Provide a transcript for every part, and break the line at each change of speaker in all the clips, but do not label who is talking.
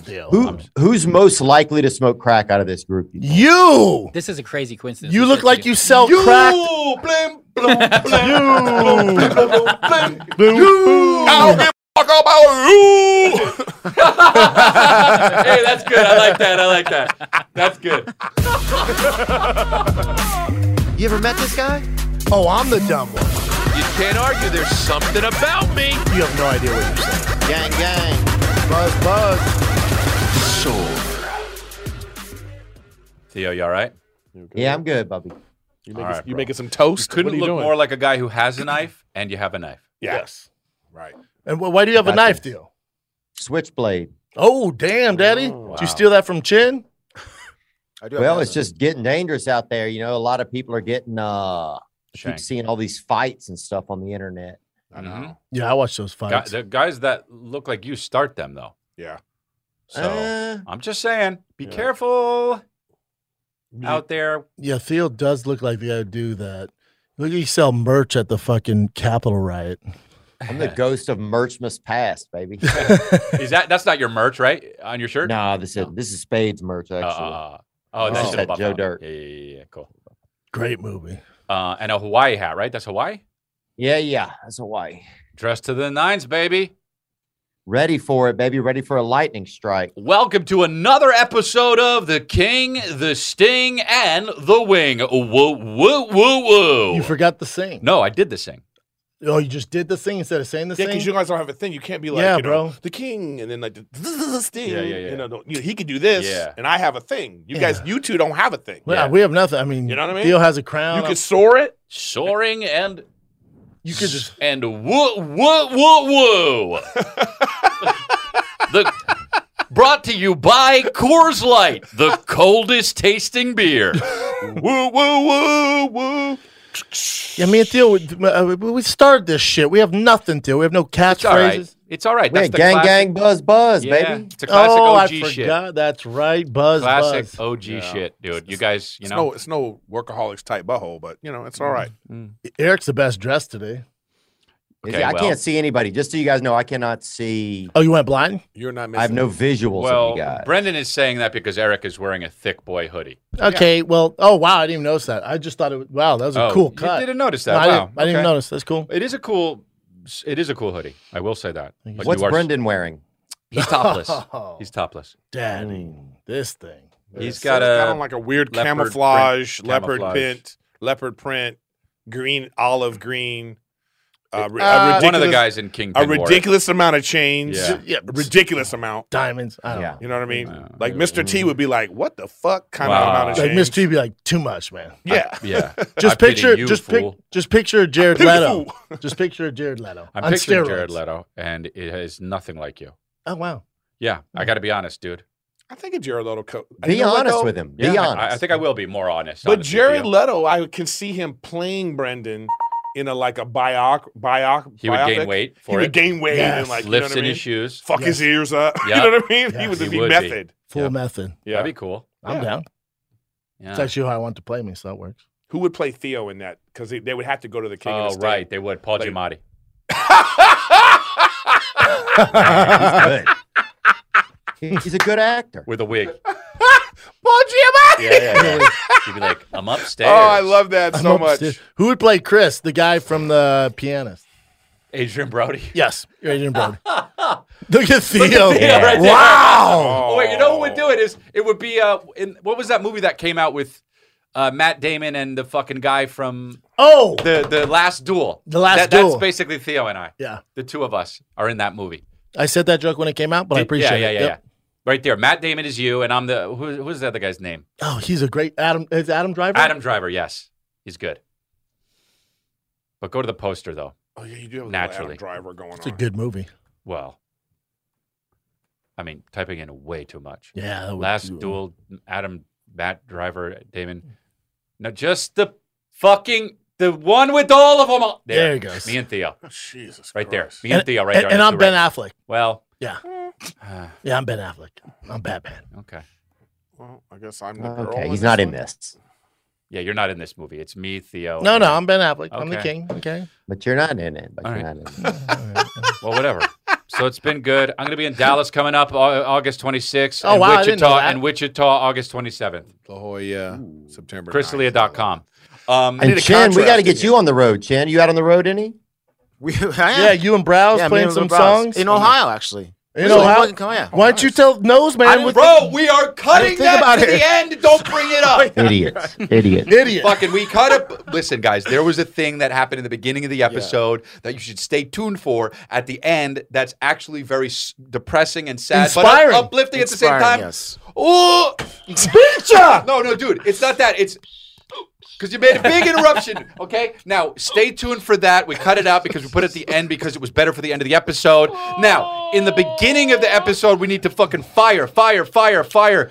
Oh,
still.
Who,
I'm-
who's most likely to smoke crack out of this group? you think?
You.
this is a crazy coincidence.
You
This
look
is
like
crazy.
you sell
You
crack.
blim, blum, blum, blum, blum, blum, blum, blum.
I don't give a fuck about you.
hey, that's good. I like that. I like that. That's good.
You ever met this guy?
Oh, I'm the dumb one.
You can't argue. There's something about me.
You have no idea what you're saying.
Gang, gang.
Buzz, buzz.
Theo, you all right?
Yeah, I'm good, Bubby.
You making,
All right,
you
bro.
making some toast?
Couldn't
What are you
look
doing?
more like a guy who has a knife and you have a knife.
Yeah.
Yes.
Right.
And wh- why do you have a
Gotcha.
knife deal?
Switchblade.
Oh, damn, Daddy.
Oh,
Did you
wow.
steal that from Chin?
I do have
Well,
that.
it's just getting dangerous out there. You know, a lot of people are getting uh
Shank.
keep seeing all these fights and stuff on the internet.
I know.
Mhm.
Mm-hmm. Yeah, I watched those
Guy-
fights.
the guys that look like you start them though.
Yeah.
So
Uh,
I'm just saying, be
Yeah.
careful out there.
yeah, Theo does look like the guy who do that. Look, he sell merch at the fucking Capitol riot.
I'm the ghost of Merchmas past, baby.
Is that that's not your merch, right? On your shirt?
no, this is this is Spades merch
Uh,
actually.
uh, uh, oh,
Oh.
that's
Said Joe Dirt.
Yeah, yeah, yeah, yeah, cool.
Great movie.
Uh, and a Hawaii hat, right? That's Hawaii.
yeah, yeah, that's Hawaii.
Dressed to the nines, baby.
Ready for it, baby. Ready for a lightning strike.
Welcome to another episode of The King, The Sting, and The Wing. Woo, woo, woo, woo.
You forgot the sing.
no, I did the sing.
Oh, you just did the thing instead of saying the
Yeah,
thing?
because you guys don't have a thing. You can't be like,
Yeah,
you know,
bro.
the king, and then like the sting.
Yeah, yeah, yeah.
You know, don't- you- he could do this,
Yeah.
and I have a thing. You guys,
Yeah.
you two don't have a thing.
Well,
Yeah.
we have nothing. I mean,
You know what I mean?
Theo has a crown.
You
I'm-
could soar it.
Soaring and
you could just.
and woo woo woo woo. the brought to you by Coors Light, the coldest tasting beer.
woo, woo, woo, woo.
Yeah, me and Theo, we, uh, we started this shit. We have nothing, Theo. We have no
It's all
catchphrases.
right. It's all right.
Yeah,
That's the
gang,
classic-
gang, buzz, buzz,
Yeah,
baby.
It's a classic
oh,
OG
I
shit.
forgot. That's right. Buzz,
Classic
buzz.
OG shit, dude. You guys, you
It's
know,
no, it's no workaholics type butthole, but you know, it's
Mm-hmm.
all right.
Eric's the best dressed today.
Is-
Okay,
I
well.
can't see anybody. Just so you guys know, I cannot see.
Oh, you went blind?
You're not missing.
I have no visuals of you
well,
guys.
Brendan is saying that because Eric is wearing a thick boy hoodie.
Okay. Well, oh, wow. I didn't even notice that. I just thought it was, wow, that was a
Oh,
cool
You
cut.
didn't notice
No,
that.
I,
wow.
didn't, I didn't
Okay.
notice. That's cool.
It is a cool. It is a cool hoodie. I will say that.
Thank you.
But you
What's
are-
Brendan wearing?
He's topless.
Oh,
He's topless.
daddy. This thing.
He's
So
got
it's
a
on like a weird
leopard
camouflage,
print-
leopard
camouflage.
print, leopard print, green, olive green. Uh, ri-
Uh,
a
one of the
ridiculous-
guys in Kingpin.
A
wore it.
ridiculous amount of chains.
Yeah.
Yeah.
A ridiculous amount.
Diamonds. I don't
Yeah.
know.
You know what I mean?
Wow.
like Mr. T would be like, "What the fuck kind
Mm-hmm. Wow.
of amount of
Like
change?"
Mr. T be like, too much, man.
Yeah.
Yeah. I
Just
pity
picture,
you,
just pic,
fool.
just picture Jared
Pity
Leto. just picture Jared Leto.
I'm
on
picturing
steroids.
Jared Leto, and it is nothing like you.
Oh wow.
Yeah, I got to be honest, dude.
I think a Jared Leto. Co-
Be
you know what,
honest
though?
with him.
Yeah,
Be
I-
honest.
I, I think I will be more honest.
But
honestly with
Jared
you.
Leto, I can see him playing Brendan in a like a bioc bioc.
he would gain
biopic.
weight
He
for
would
it.
gain weight
Yes.
and like
lifts
you know what I
in
mean?
his shoes.
Fuck
Yes.
his ears up.
Yeah.
You know what I mean? He
Yes.
would
He
just be
would be.
method.
Full
Yeah.
method.
Yeah.
That'd be cool.
I'm
Yeah.
down.
Yeah.
It's actually how I want to play me, so that works.
Who would play Theo in that? Because they, they would have to go to the King. of
oh
the State.
right, they would. Paul
Like-
Giamatti.
Man, he's, good. he's a good actor.
with a wig.
Paul Giamatti.
Yeah, yeah, yeah. You'd be like, I'm upstairs.
Oh, I love that so
I'm
much.
upstairs. Who would play Chris, the guy from the pianist?
Adrian Brody.
Yes, Adrian Brody. Look at Theo.
Theo right there.
wow.
Oh, wait, you know what would do it is it would be uh in what was that movie that came out with uh, Matt Damon and the fucking guy from
Oh.
the the last duel.
The Last
That-
Duel.
That's basically Theo and I.
Yeah.
The two of us are in that movie.
I said that joke when it came out, but I
Yeah,
appreciate
yeah,
it.
yeah,
Yep.
yeah. Right there, Matt Damon is you, and I'm the who, who's the other guy's name?
Oh, he's a great Adam. Is Adam Driver?
Adam Driver. Yes, he's good. But go to the poster though.
Oh yeah, you do have a
Naturally.
naturally driver going
It's a
on.
good movie.
Well, I mean, typing in way too much.
Yeah. that would-
Last duel, Adam, Matt Driver, Damon. No, just the fucking the one with all of them. on-
There he goes.
Me and Theo,
Oh, Jesus,
right there.
Christ.
Me and, Theo, right
and,
there.
and
on the
I'm Ben
right.
Affleck.
Well,
Yeah.
uh,
Yeah, I'm Ben Affleck. I'm Batman.
okay.
Well, I guess I'm the girl.
Okay, he's not in
this.
this,
Yeah, you're not in this movie. It's me, Theo.
No,
and-
no, I'm Ben Affleck. I'm the
Oh, Okay.
king. Okay.
but you're not in it. But
All
you're
right.
not in it.
Well, whatever. So it's been good. I'm going to be in Dallas coming up Au- August 26th.
Oh,
and
wow, I
Wichita,
didn't know that.
And Wichita August 27th.
La Jolla, September. 9th.
ChrisLeah.com. Um,
I need
And
a
Chan, we got to
contrast
get you
again.
on the road. Chan, you out on the road any?
We, I am.
Yeah, you and Browse
Yeah, me
playing
and
some
LeBron.
songs
in Ohio, actually.
In
So
Ohio?
fucking Come here.
Why don't you tell Nose
I
Man
didn't
with
Bro, we are cutting
think
that
about
to
it.
the end. Don't bring it up.
Idiots. Idiots.
idiot?
Fucking, we cut up. Listen, guys, there was a thing that happened in the beginning of the episode that you should stay tuned for at the end. That's actually very s- depressing and sad,
Inspiring.
but up- uplifting at the same
Inspiring,
time.
yes.
Oh, No, no, dude, it's not that. It's because you made a big interruption. Okay, now stay tuned for that. We cut it out because we put it at the end because it was better for the end of the episode. Now, in the beginning of the episode, we need to fucking fire, fire, fire, fire.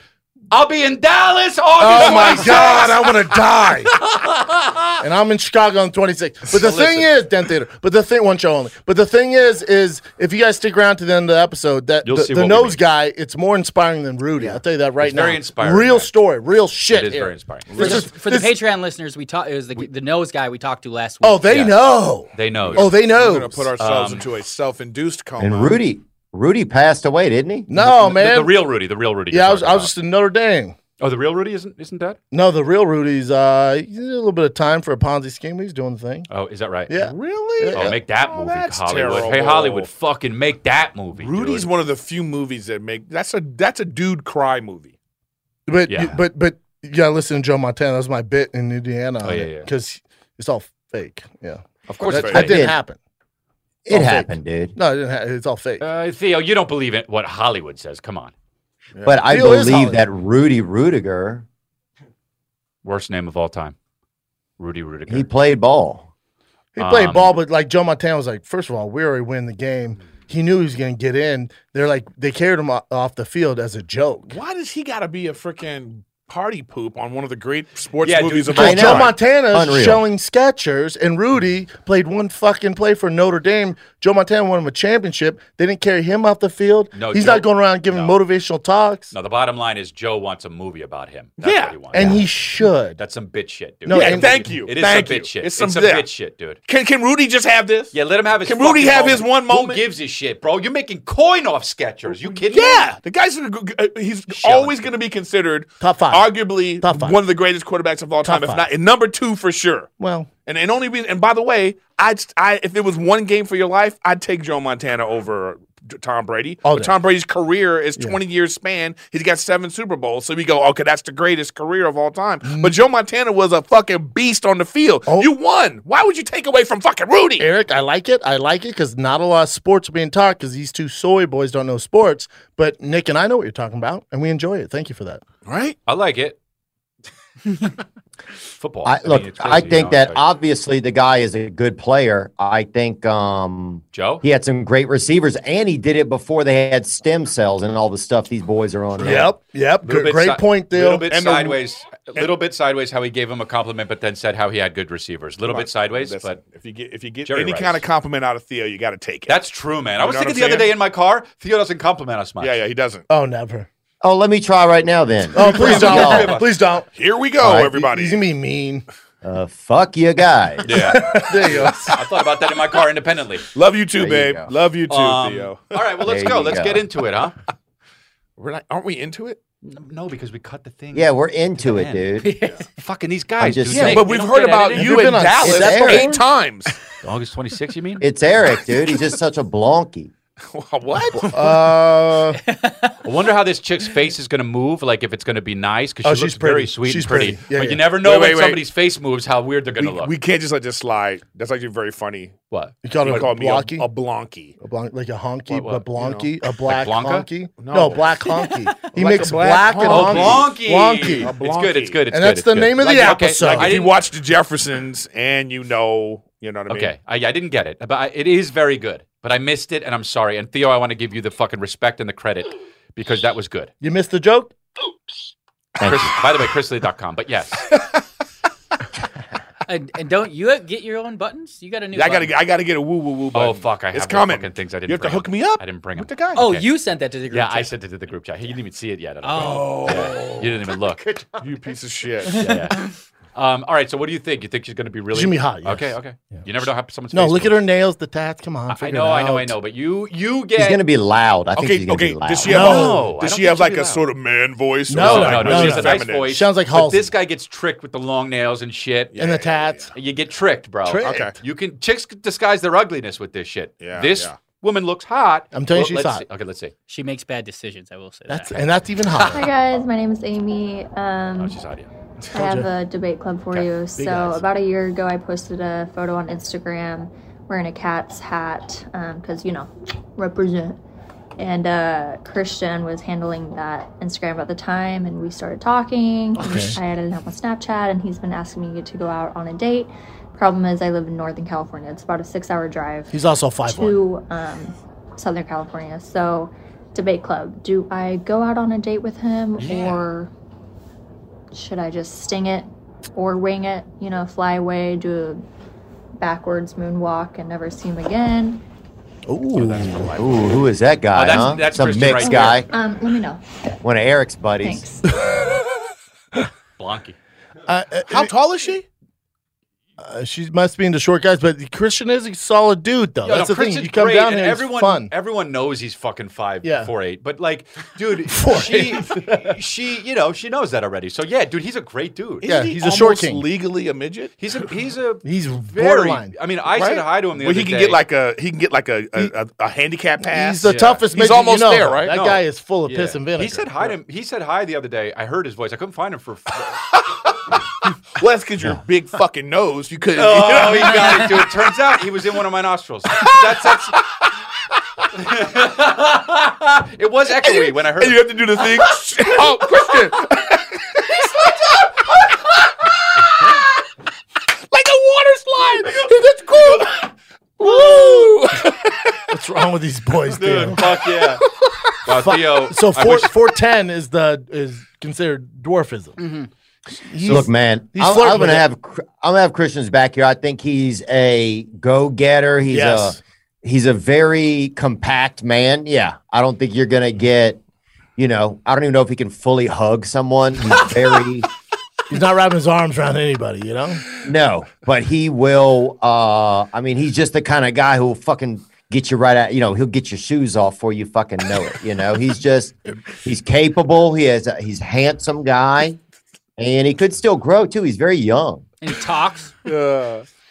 I'll be in Dallas August.
Oh my
26th.
god, I want to die. and I'm in Chicago on 26. But the
Listen.
thing is, Den Theater. But the thing, one show only. But the thing is, is if you guys stick around to the end of the episode, that
You'll
the,
see
the
what we
nose
mean.
guy, it's more inspiring than Rudy. I'll tell you that right
It's
now.
very inspiring,
Real
man.
story, real shit.
It is
here.
very inspiring.
For, the,
This is-
for the
this-
Patreon listeners, we talked. It was the, the nose guy we talked to last week.
Oh, they
Yes.
know.
They know.
Oh, they
We're
know.
going to put ourselves
Um,
into a self-induced coma.
And Rudy, Rudy passed away, didn't he?
no,
The-
man.
The, real Rudy. The real Rudy.
yeah,
you're
I was,
talking
I was
about.
just in Notre Dame.
Oh, the real Rudy isn't isn't dead.
No, the real Rudy's uh, he did a little bit of time for a Ponzi scheme. He's doing the thing.
Oh, is that right?
Yeah.
Really?
Oh, make that
Oh,
movie,
that's
Hollywood.
terrible.
Hey, Hollywood, fucking make that movie.
Rudy's
dude.
one of the
The few movies that make that's a that's a dude cry movie.
But
Yeah.
you, but but you gotta listen to Joe Montana. That was my bit in Indiana.
Oh,
on
yeah,
it,
yeah.
Cause it's all fake. Yeah.
Of course,
that,
it's
that
fake.
didn't
It-
happen.
It
Oh,
happened, dude.
No, it didn't ha- it's all fake.
Uh, Theo, you don't believe in what Hollywood says. Come on.
But I
Theo is
believe
Hollywood.
that Rudy Rudiger,
Worst name of all time. Rudy Rudiger.
he played ball.
he played
um,
ball, but like Joe Montana was like, first of all, we already win the game. He knew he was gonna get in. They're like they carried him o- off the field as a joke.
Why does he got to be a freaking party poop on one of the great sports
Yeah, dude,
movies of
I
all
Because
know.
Joe
time?
Montana's
Unreal.
showing sketchers, and Rudy played one fucking play for Notre Dame. Joe Montana won him a championship. They didn't carry him off the field.
No,
he's
Joe-
not going around giving
no.
motivational talks,
no, the bottom line is Joe wants a movie about him. That's
Yeah,
what he wants.
and he should.
That's some bitch shit, dude.
No,
Yeah,
and-
thank you.
It is
thank
some
you.
bitch shit.
It's some, yeah.
bitch shit, dude.
Can can Rudy just have this?
Yeah, let him have his.
Can Rudy
fucking
have his one moment?
Who gives a shit, bro? You're making coin off Skechers. You kidding? me?
Yeah, the guy's a g- g- he's
Shelly.
always going to be considered
Top five.
arguably
Top five.
one of the greatest quarterbacks of all time,
Top
if
five.
not and number two for sure.
well,
And and only reason, and by the way, I'd st- I if it was one game for your life, I'd take Joe Montana over T- Tom Brady.
All
But
day.
Tom Brady's career is twenty years span. He's got seven Super Bowls, so we go, okay, that's the greatest career of all time. But Joe Montana was a fucking beast on the field.
Mm. Oh.
You won. Why would you take away from fucking Rudy?
Eric, I like it. I like it because not a lot of sports are being taught because these two soy boys don't know sports. But Nick and I know what you're talking about, and we enjoy it. Thank you for that.
Right?
I like it. Football.
I,
mean,
look,
it's crazy,
I
you know,
think
it's
that
like-
obviously the guy is a good player. I think um,
Joe.
he had some great receivers, and he did it before they had stem cells and all the stuff these boys are on. now.
Yep, yep.
Little
Good,
bit
great
si-
point,
Little
Theo.
bit
And the-
sideways. A little bit sideways. How he gave him a compliment, but then said how he had good receivers. Little bit sideways,
Listen,
but
if you get if you get
Jerry
any
Rice.
kind of compliment out of Theo, you got to take it.
that's true, man. I
You
was
know what
thinking
I'm
the other
saying?
day in my car. Theo doesn't compliment us much.
yeah, yeah, he doesn't.
Oh, never.
Oh, let me try right now then.
Oh, please
Fuck y'all.
don't. Please don't.
Here we go,
All right.
everybody.
He's gonna be mean.
Uh, fuck you guys.
Yeah,
There you go.
I thought about that in my car independently.
Love you too,
There you
babe.
go.
Love you too,
Um,
Theo.
All right, well, let's
There
go.
you
Let's
go.
get into it, huh?
We're not, aren't we into it?
No, because we cut the thing.
Yeah, we're into it, dude.
Fucking these
I'm
guys.
just
dude,
saying.
they-
but
they
we've
don't
heard
get
about
edited.
you
Have you
in
been on
Dallas
set
eight
before?
times.
August 26th, you mean?
It's Eric, dude. He's just such a blonky.
what?
Uh,
I wonder how this chick's face is going to move. Like if it's going to be nice because
Oh,
she looks
she's pretty.
very sweet
She's
and pretty.
pretty. Yeah,
but
yeah.
you never know
Wait,
when
wait, wait.
somebody's face moves how weird they're going
We,
to look.
we can't just let this slide. That's actually very funny.
what?
you call
You
him
call me a,
blocky?
a blonky.
A blonk, like a honky,
What- what,
a blonky, a black
Blanca?
honky.
No.
No. black honky. He
Like a
makes
black
black, and
honky.
honky.
Blonky.
A
It's good. It's
blonky.
good. It's
And
good,
that's
it's
the
good.
name of the
Like, Okay,
episode.
like,
Like
I
if you
didn't,
watch the Jeffersons and you know, you know what I mean?
okay. I, I didn't get it, but I, it is very good. But I missed it, and I'm sorry. And Theo, I want to give you the fucking respect and the credit because that was good.
You missed the joke?
Chris, by the way, chrisley.com. But yes,
and, and don't you get your own buttons? You got a new.
I gotta,
button.
I gotta get a woo woo woo.
Oh
button.
fuck! I have
it's
the
coming.
fucking things I didn't.
You have to
bring
hook
him.
me up
I didn't bring him.
with the guy.
Oh,
Okay.
you sent that to the group.
Yeah, I
chat.
sent it to the group chat. He didn't even see it yet. I don't
Oh,
think. Yeah, You didn't even look.
you piece of shit.
Yeah, yeah. Um, all right. So what do you think? You think she's going to be really?
Jimmy hot, yes.
Okay. Okay. You never know how someone's.
No,
face
look at
looks.
her nails, the tats. Come on,
I
figure it
know, I know, I
out.
know. But you, you
He's
get.
gonna be loud. I think he's
Okay,
gonna
okay.
be loud.
Does she have,
No,
a,
I
does
don't
she have
think
like
she's
a
loud.
sort of man voice?
No,
or
no,
like
no, no,
really
She has a nice
feminine?
voice.
Sounds like
But
Halsey.
this guy gets tricked with the long nails and shit.
And the tats.
You get tricked, bro.
Tricked.
Okay.
You can chicks disguise their ugliness with this shit.
Yeah,
This
yeah.
woman looks hot.
I'm telling you she's
let's
hot.
see. Okay, let's see.
She makes bad decisions. I will say
That's
that.
and that's even
Hi
hotter.
guys, my name is Amy.
Oh,
Um,
she's hot. Yeah.
I have a debate club for you. So
eyes.
about a year ago, I posted a photo on Instagram wearing a cat's hat because you know represent. And uh, Christian was handling that Instagram at the time, and we started talking.
Oh,
I added him on Snapchat, and he's been asking me to go out on a date. Problem is, I live in Northern California. It's about a six-hour drive
He's also five one.
to um, Southern California. So, debate club. Do I go out on a date with him, or should I just sting it, or wing it? You know, fly away, do a backwards moonwalk, and never see him again.
Ooh,
Ooh, who is that guy?
Oh, that's-
huh?
that's
Some
Christian
mixed
right
guy.
there.
Um, let me know.
One of Eric's buddies.
Thanks.
Blanky.
Uh, uh,
How tall is she?
uh, she must be into short guys, but Christian is a solid dude though.
Yo,
that's
no,
the thing.
Christian's
You come
great,
down
and
here,
everyone,
it's fun.
Everyone knows he's fucking five
Yeah.
four eight. But like, dude, she, she, you know, she knows that already. So yeah, dude, he's a great dude.
Yeah,
Isn't he
he's a short
almost
king.
Legally a midget.
He's a he's a
He's
very.
borderline.
I mean, I said
Right?
hi to him the
Well,
other
he can
day.
get like a he can get like a a, a, a handicap pass.
He's the
Yeah.
toughest.
He's
midget you
almost
know.
there, right?
That
No.
guy is full of
Yeah.
piss and vinegar.
He said hi to him. He said hi the other day. I heard his voice. I couldn't find him for.
well, that's because your big fucking nose. You couldn't.
Oh, he got it, dude. Turns out he was in one of my nostrils. That's, that's... it was echoey when I heard
and you
it.
have to do the thing. oh, Christian! like a water slide. That's cool. Woo!
What's wrong with these boys, dude?
Dude, fuck yeah. Wow, Theo,
So
I
four
wish-
four ten is the is considered dwarfism.
Mm-hmm.
He's-
Look, man,
he's
I'm,
flirting
I'm
with
gonna
it.
have Cr- I'm gonna have Christian's back here. I think he's a go getter. He's
Yes.
a he's a very compact man. Yeah, I don't think you're gonna get. You know, I don't even know if he can fully hug someone. He's very
he's not wrapping his arms around anybody, you know.
no, but he will. uh I mean, he's just the kind of guy who will fucking get you right out. You know, he'll get your shoes off before you fucking know it. You know, he's just he's capable. He has a, he's a handsome guy, and he could still grow too. He's very young.
And talks.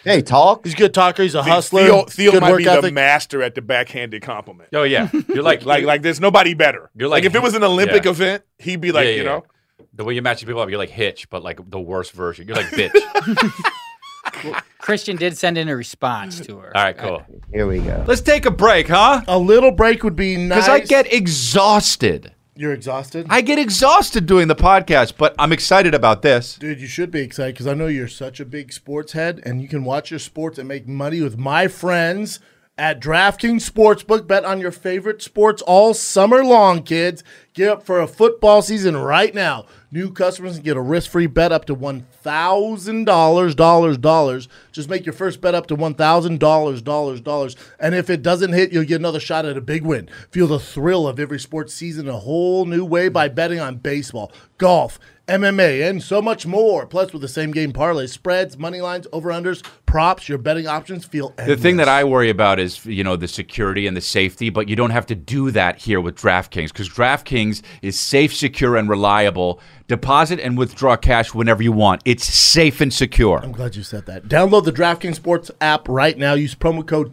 Yeah, he talks.
He's a good talker. He's a hustler.
Theo, Theo
good
might
work
be
ethic.
the master at the backhanded compliment.
Oh yeah, you're like
Like, like, like, there's nobody better.
You're
like,
like-
if it was an Olympic
yeah.
event, he'd be like,
Yeah,
you
yeah,
know,
the way you match people up. You're like Hitch, but like the worst version. You're like bitch.
Christian did send in a response to her.
All right, cool.
Here we go.
Let's take a break, huh?
a little break would be nice.
Because I get exhausted.
you're exhausted,
I get exhausted doing the podcast, but I'm excited about this.
dude. You should be excited because I know you're such a big sports head, and you can watch your sports and make money with my friends at DraftKings Sportsbook. Bet on your favorite sports all summer long, kids. Get up for a football season right now. New customers can get a risk-free bet up to one thousand dollars, dollars, dollars. Just make your first bet up to one thousand dollars, dollars, dollars. And if it doesn't hit, you'll get another shot at a big win. Feel the thrill of every sports season a whole new way by betting on baseball, golf, MMA, and so much more. Plus, with the same game parlay, spreads, money lines, over/unders, props, your betting options feel.
The
endless.
thing that I worry about is, you know, the security and the safety, but you don't have to do that here with DraftKings because DraftKings is safe, secure, and reliable. Deposit and withdraw cash whenever you want. It's safe and secure.
I'm glad you said that. Download the DraftKings Sports app right now. Use promo code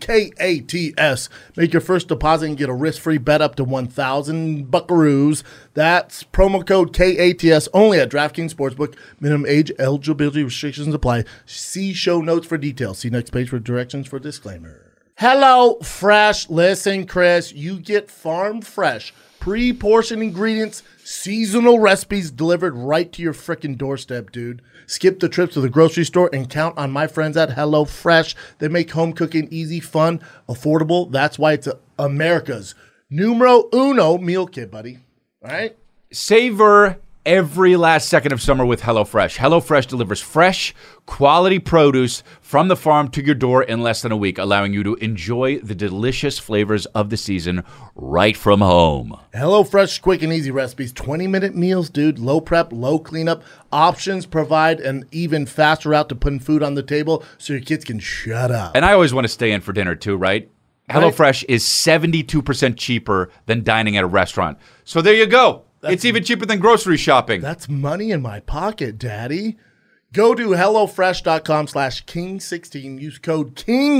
KATS. Make your first deposit and get a risk-free bet up to 1,000 buckaroos. That's promo code KATS only at DraftKings Sportsbook. Minimum age eligibility restrictions apply. See show notes for details. See next page for directions for disclaimer. Hello Fresh. Listen, Chris, you get farm fresh, pre-portioned ingredients, seasonal recipes delivered right to your frickin' doorstep, dude. Skip the trips to the grocery store and count on my friends at Hello Fresh. They make home cooking easy, fun, affordable. That's why it's America's numero uno meal kit, buddy. All right?
Savor every last second of summer with HelloFresh. HelloFresh delivers fresh, quality produce from the farm to your door in less than a week, allowing you to enjoy the delicious flavors of the season right from home.
Hello Fresh quick and easy recipes, 20 minute meals, dude, low prep, low cleanup. Options provide an even faster route to putting food on the table so your kids can shut up.
And I always want to stay in for dinner too, right? HelloFresh is 72% cheaper than dining at a restaurant. So there you go. it's even cheaper than grocery shopping.
That's money in my pocket, daddy. Go to HelloFresh.com slash King16. Use code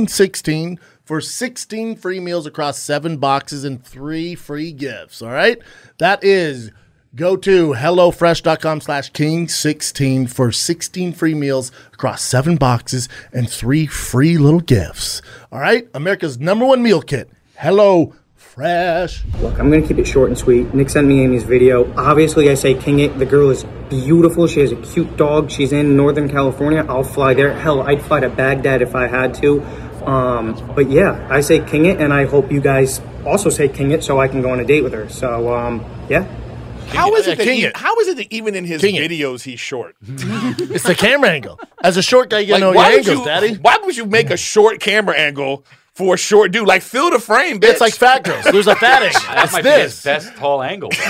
King16 for 16 free meals across seven boxes and three free gifts. All right? That is go to HelloFresh.com slash King16 for 16 free meals across seven boxes and three free little gifts. All right? America's number one meal kit. Hello Fresh.
Look, I'm gonna keep it short and sweet. Nick sent me Amy's video. Obviously, I say king it. The girl is beautiful. She has a cute dog. She's in Northern California. I'll fly there. Hell, I'd fly to Baghdad if I had to. Um, but yeah, I say king it, and I hope you guys also say king it so I can go on a date with her. So um, yeah.
How is it that
King
e-
it.
how is it that even in his
King it.
videos he's short?
It's the camera angle. As a short guy, you
Like,
know your
why would
angles,
you,
daddy.
Why would you make a short camera angle for a short dude? Like fill the frame, bitch.
It's like fat girls. There's a fat angle. It's this.
best tall angle.
fill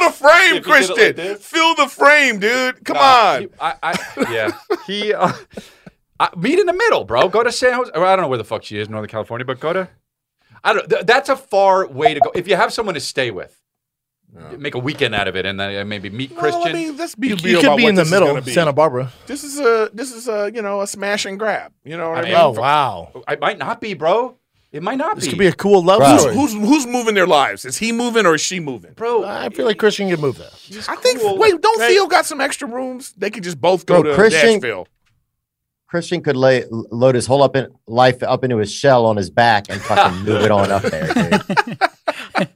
the frame,
If you did it like
Christian.
this.
fill the frame, dude. Come
Uh,
on.
he- I, I, yeah. He uh, I, meet in the middle, bro. Go to San Jose. Well, I don't know where the fuck she is, Northern California, but go to. I don't. Th- that's a far way to go. If you have someone to stay with, make a weekend out of it, and then uh, maybe meet Christian.
Well, I mean, let's be
You
real
could
about
be
what
in the
this is
middle,
gonna be.
Santa Barbara.
This is a this is a you know a smash and grab. You know what I,
I
mean?
am.
Oh wow,
it might not be, bro. It might not
this
be.
could be a cool love
Right.
story.
Who's who's moving their lives? Is he moving or is she moving?
bro.
I feel like Christian could move that.
I think. Wait, don't Theo got some extra rooms? They could just both go
Bro,
to
Christian-
Nashville.
Christian could lay, load his whole up in, life up into his shell on his back and fucking move it on up there. dude.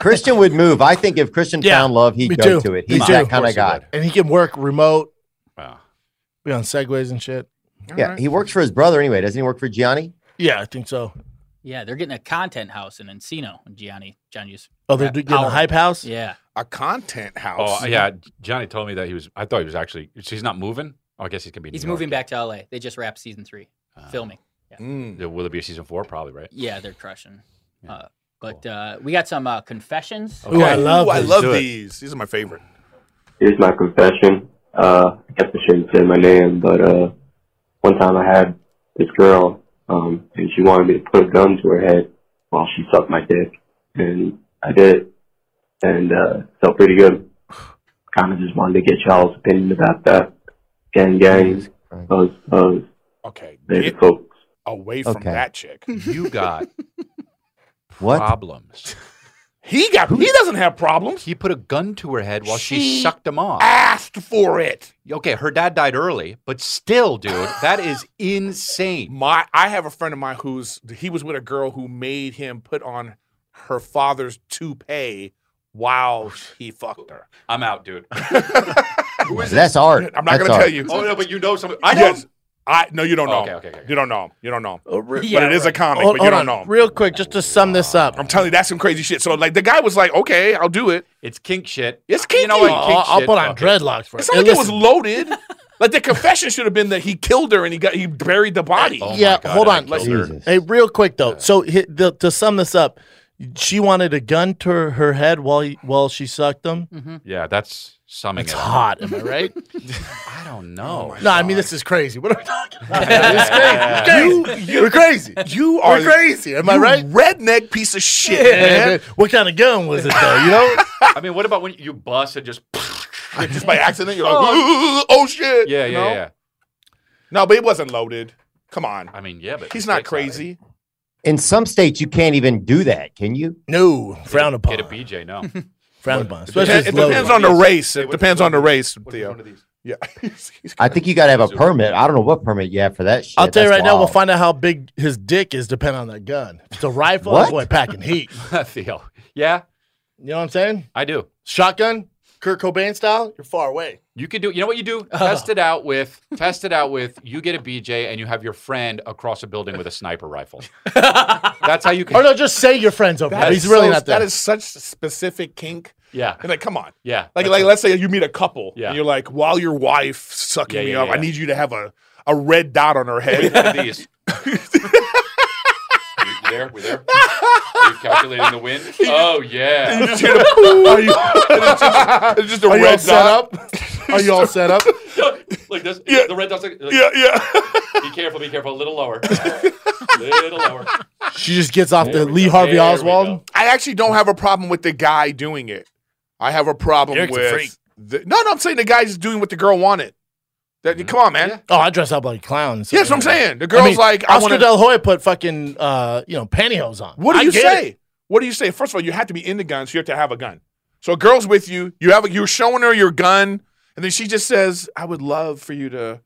Christian would move. I think if Christian
Yeah,
found love, he'd
me
go
too.
to it.
Me
He's
too.
that
Of
kind
course
of
he
guy.
And he can work remote.
Wow.
Be on segways and shit.
Yeah, he works for his brother anyway. Doesn't he work for Gianni?
Yeah, I think so.
Yeah, they're getting a content house in Encino. and Gianni, Gianni's.
Oh, they're getting a
Power.
hype house.
Yeah,
A content house.
Oh yeah, Johnny told me that he was. I thought he was actually. She's not moving. Oh, I guess he's gonna be. in
he's
New York. Ah.
moving back to LA. They just wrapped season three, filming.
Mm.
Yeah, Will it be a season four? Probably right.
Yeah, they're crushing. Uh, but uh, we got some uh, confessions.
Ooh, I love.
Ooh, I
this.
love
Do it.
these. These are my favorite.
here's my confession. Uh, I guess I shouldn't say my name, but uh, one time I had this girl, um, and she wanted me to put a gun to her head while she sucked my dick, and I did, it. and uh, felt pretty good. Kind of just wanted to get y'all's opinion about that. Gang, gang, those, those,
Okay,
baby
get
folks.
away from
Okay.
that chick.
You got
What?
problems.
He got. He doesn't have problems.
He put a gun to her head while she,
She
sucked him off.
Asked for it.
Okay, her dad died early, but still, dude, that is insane.
My, I have a friend of mine who's he was with a girl who made him put on her father's toupee while he fucked her.
Oh, I'm out, dude.
That's art.
I'm not
That's
going to
art.
tell you.
Oh no, but you know somebody. I know.
Yes. I no, you don't
Oh,
know.
okay,
him.
okay, okay, okay.
You don't know. him. You don't know. him.
Re-
but it is a comic,
Hold,
but you
hold
don't know.
on,
him.
real quick, just to sum this up.
I'm telling you, that's some crazy shit. So like the guy was like, "Okay, I'll do it."
It's kink shit.
It's
You know
kinky.
what?
Oh,
Kink
I'll, I'll
shit.
put on
Okay.
dreadlocks for
It's
it.
not
And
like it was
listen,
loaded. like the confession should have been that he killed her and he got he buried the body.
Oh my
Yeah,
God,
hold
I
on.
killed her.
Jesus.
Hey, real quick though. So hi, the, to sum this up, she wanted a gun to her, her head while he, while she sucked them.
Yeah, that's summing
Mm-hmm. It's
it. up.
hot, am I right?
I don't
Oh
know.
no, I mean this is crazy. What are we talking about? It's
Yeah.
crazy. You, are crazy.
You
We're crazy. Am I
you
right?
Redneck piece of shit, man.
What kind of gun was it though? You know?
I mean, what about when you bust and just?
Just by accident, you're like, oh, shit.
Yeah, yeah,
you know?
yeah.
No, but it wasn't loaded. Come on.
I mean, yeah, but
He's
it's
not
like that.
crazy.
In some states, you can't even do that, can you?
No, frown upon.
Get a BJ. No.
Frown upon.
It,
Especially if it's
depends- it
loaded.
depends on the race. It
what-
depends on the race,
What is one
Theo.
of these?
Yeah.
I think you got to have a permit. I don't know what permit you have for that shit.
I'll tell you
That's
right now, we'll
wild.
find out how big his dick is depending on that gun. If it's a rifle,
What?
boy, packing heat.
Theo. Yeah,
You know what I'm saying?
I do.
Shotgun, Kurt Cobain style, you're far away.
You could do. You know what you do? Test it out with. Test it out with. You get a BJ and you have your friend across a building with a sniper rifle. That's how you
Or
can.
no, Oh, just say your friend's over. there.
That
He's
is
really
so-
not there.
That is such a specific kink.
Yeah.
And like, come on.
Yeah.
Like,
That's
like
it.
let's say you meet a couple.
Yeah.
And you're like, while your wife sucking
Yeah,
me
yeah,
up, I
yeah.
need you to have a, a red dot on her head.
These. we there? We there? Are you calculating the win? Oh yeah.
You just hear the- are you- it's just- it's just a
Are you all
red
set
dot.
up? Are you all set up?
like this.
Yeah.
The red dot's like, like,
Yeah, yeah.
Be careful. Be careful. A little lower. little lower.
She just gets off
There
the
we
Lee
go.
Harvey
There we
Oswald.
go.
I actually don't have a problem with the guy doing it. I have a problem
Eric's a
with
freak.
The, no, no. I'm saying the guy's doing what the girl wanted. That
Mm-hmm.
come on, man.
Yeah.
Oh, I dress up like clowns.
Yeah, that's what I'm saying. The girl's
I mean,
like, I
Oscar
want to.
Del Hoya put fucking uh, you know pantyhose on.
What do
I
you
get
say?
it.
What do you say? First of all, you have to be in the gun, so you have to have a gun. So a girl's with you. You have a, you're showing her your gun, and then she just says, "I would love for you to,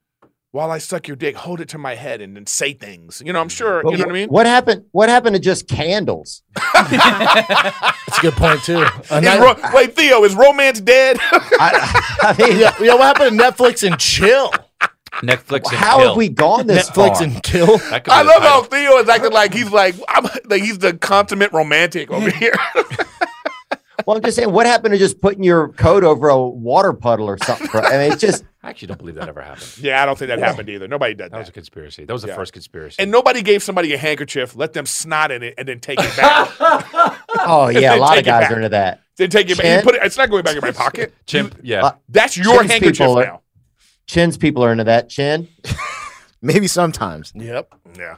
while I suck your dick, hold it to my head and then say things." You know, I'm sure.
But
you know
wh-
what I mean?
What happened? What happened to just candles?
That's a good point too.
Is
A night-
ro- wait, Theo, is romance dead?
I, I mean,
yeah, yeah, what happened to Netflix and chill?
Netflix. and
how
Hill.
have we gone this
Netflix
far?
and kill.
That could be
I
the
love
title.
how Theo is acting like he's like, I'm, like he's the consummate romantic over here.
well, I'm just saying, what happened to just putting your coat over a water puddle or something? bro? I mean, it's just
I actually don't believe that ever happened.
yeah, I don't think that happened either. Nobody did
That was a
that.
conspiracy. That was the
Yeah.
first conspiracy.
And nobody gave somebody a handkerchief, let them snot in it, and then take it back.
oh yeah, a lot
Take it
of guys
back.
are into that.
then take it back. You
Chimp.
put it, it's not going back in my pocket.
Chimp. Yeah.
Uh,
That's your
Chimps
handkerchief
people are-
now.
Chin's people are into that. Chin.
Maybe sometimes.
Yep.
Yeah.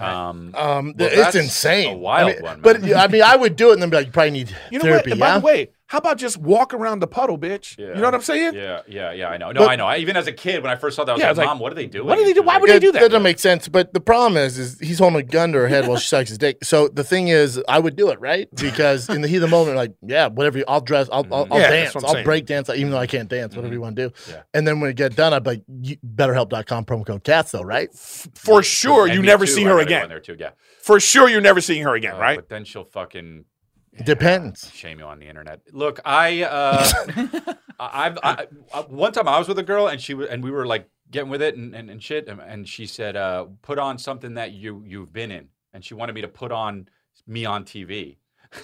um,
Um,
Well,
th-
that's
it's insane.
a wild
I mean,
one,
But
man.
yeah, I mean, I would do it, and then be like, you probably need
You know
therapy.
what? And
yeah?
By the way, how about just walk around the puddle, bitch?
Yeah.
You know what I'm saying?
yeah, yeah, yeah. I know. No,
But-
I know. I, even as a kid, when I first saw that, I was
Yeah,
like,
it's like,
"Mom, what are they doing?
what do they do?
She's
Why
like,
would they
Yeah,
do that?
doesn't make sense. But the problem is, is he's holding a gun to her head while she sucks his dick. So the thing is, I would do it right because in the heat of the moment, like, yeah, whatever. You, I'll dress. I'll I'll, I'll
Yeah, that's
dance.
what I'm
I'll
saying.
break dance. Even though I can't dance, whatever you want to do.
Mm-hmm. Yeah.
And then when it get done, I'd be like, you- BetterHelp.com promo code cats though, right?
For sure,
And
you
me
never
too.
see
I
her
gotta go in
again.
There too, yeah.
For sure, you're never seeing her again,
Uh,
right?
But then she'll fucking
Depends.
shame you on the internet. Look, I, uh, I, I've, I, I, one time I was with a girl and she was, and we were like getting with it and, and, and shit, and, and she said, uh, "Put on something that you you've been in," and she wanted me to put on me on TV.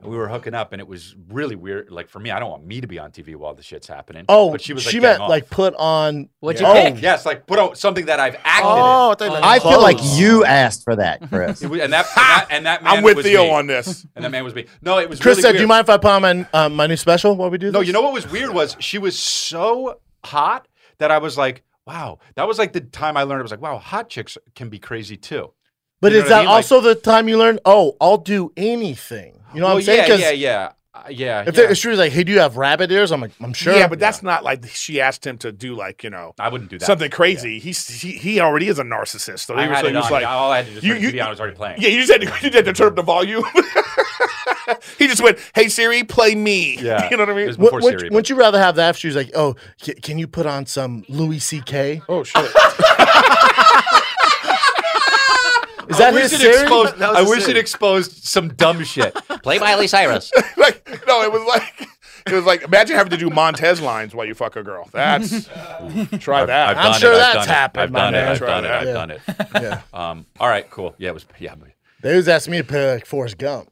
And we were hooking up, and it was really weird. Like for me, I don't want me to be on TV while the shit's happening.
Oh,
but she was like,
she
getting
meant
off.
like put on.
What'd you
Yeah. Oh,
pick?
Yes, like put out something that I've acted
Oh, I
in.
thought you meant-
I feel like
Clothes.
you asked for that, Chris.
It was- And that, and that, and that man
I'm with
was
Theo
me.
on this.
And that man was me. No, it was
Chris
really
said,
weird.
"Do you mind if I put on my, uh, my new special while we do?"
No,
this?
you know what was weird was she was so hot that I was like, wow. That was like the time I learned. I was like, wow, hot chicks can be crazy too.
But
You know
is
what I
that
mean? Like-
also the time you learn? Oh, I'll do anything. You know
well,
what I'm saying?
yeah,
'Cause
yeah, yeah, Uh, yeah,
If,
yeah.
they- if she was like, "Hey, do you have rabbit ears?" I'm like, "I'm sure."
Yeah, but that's not like she asked him to do like you know
I wouldn't do that.
something crazy. He's he, he already is a narcissist. So
I
he was,
had
so
it
he was
on.
like,
All I had to just
you-
turn the
you-
video on was already playing.
yeah, you just had to, you just had to turn up the volume. he just went, "Hey Siri, play me."
Yeah.
you know what I
It
mean?
was
Wou-
before
wouldn't,
Siri. but-
wouldn't you rather have that if she was like, "Oh, c- can you put on some Louis C.K.?"
oh shit!
Is
I
that
wish
his
it
Siri?
exposed.
That was
I
his
wish
Siri.
it exposed some dumb shit. Play Miley Cyrus.
like no, it was like it was like imagine having to do Montez lines while you fuck a girl. That's try
I've
that.
I'm
done it,
sure
I've
that's
done it,
happened,
I've
my
done it.
man.
I've
Try
done it. I've
that.
done it. Um, all right, cool. Yeah, it was. Yeah, but-
They was asking me to play like Forrest Gump.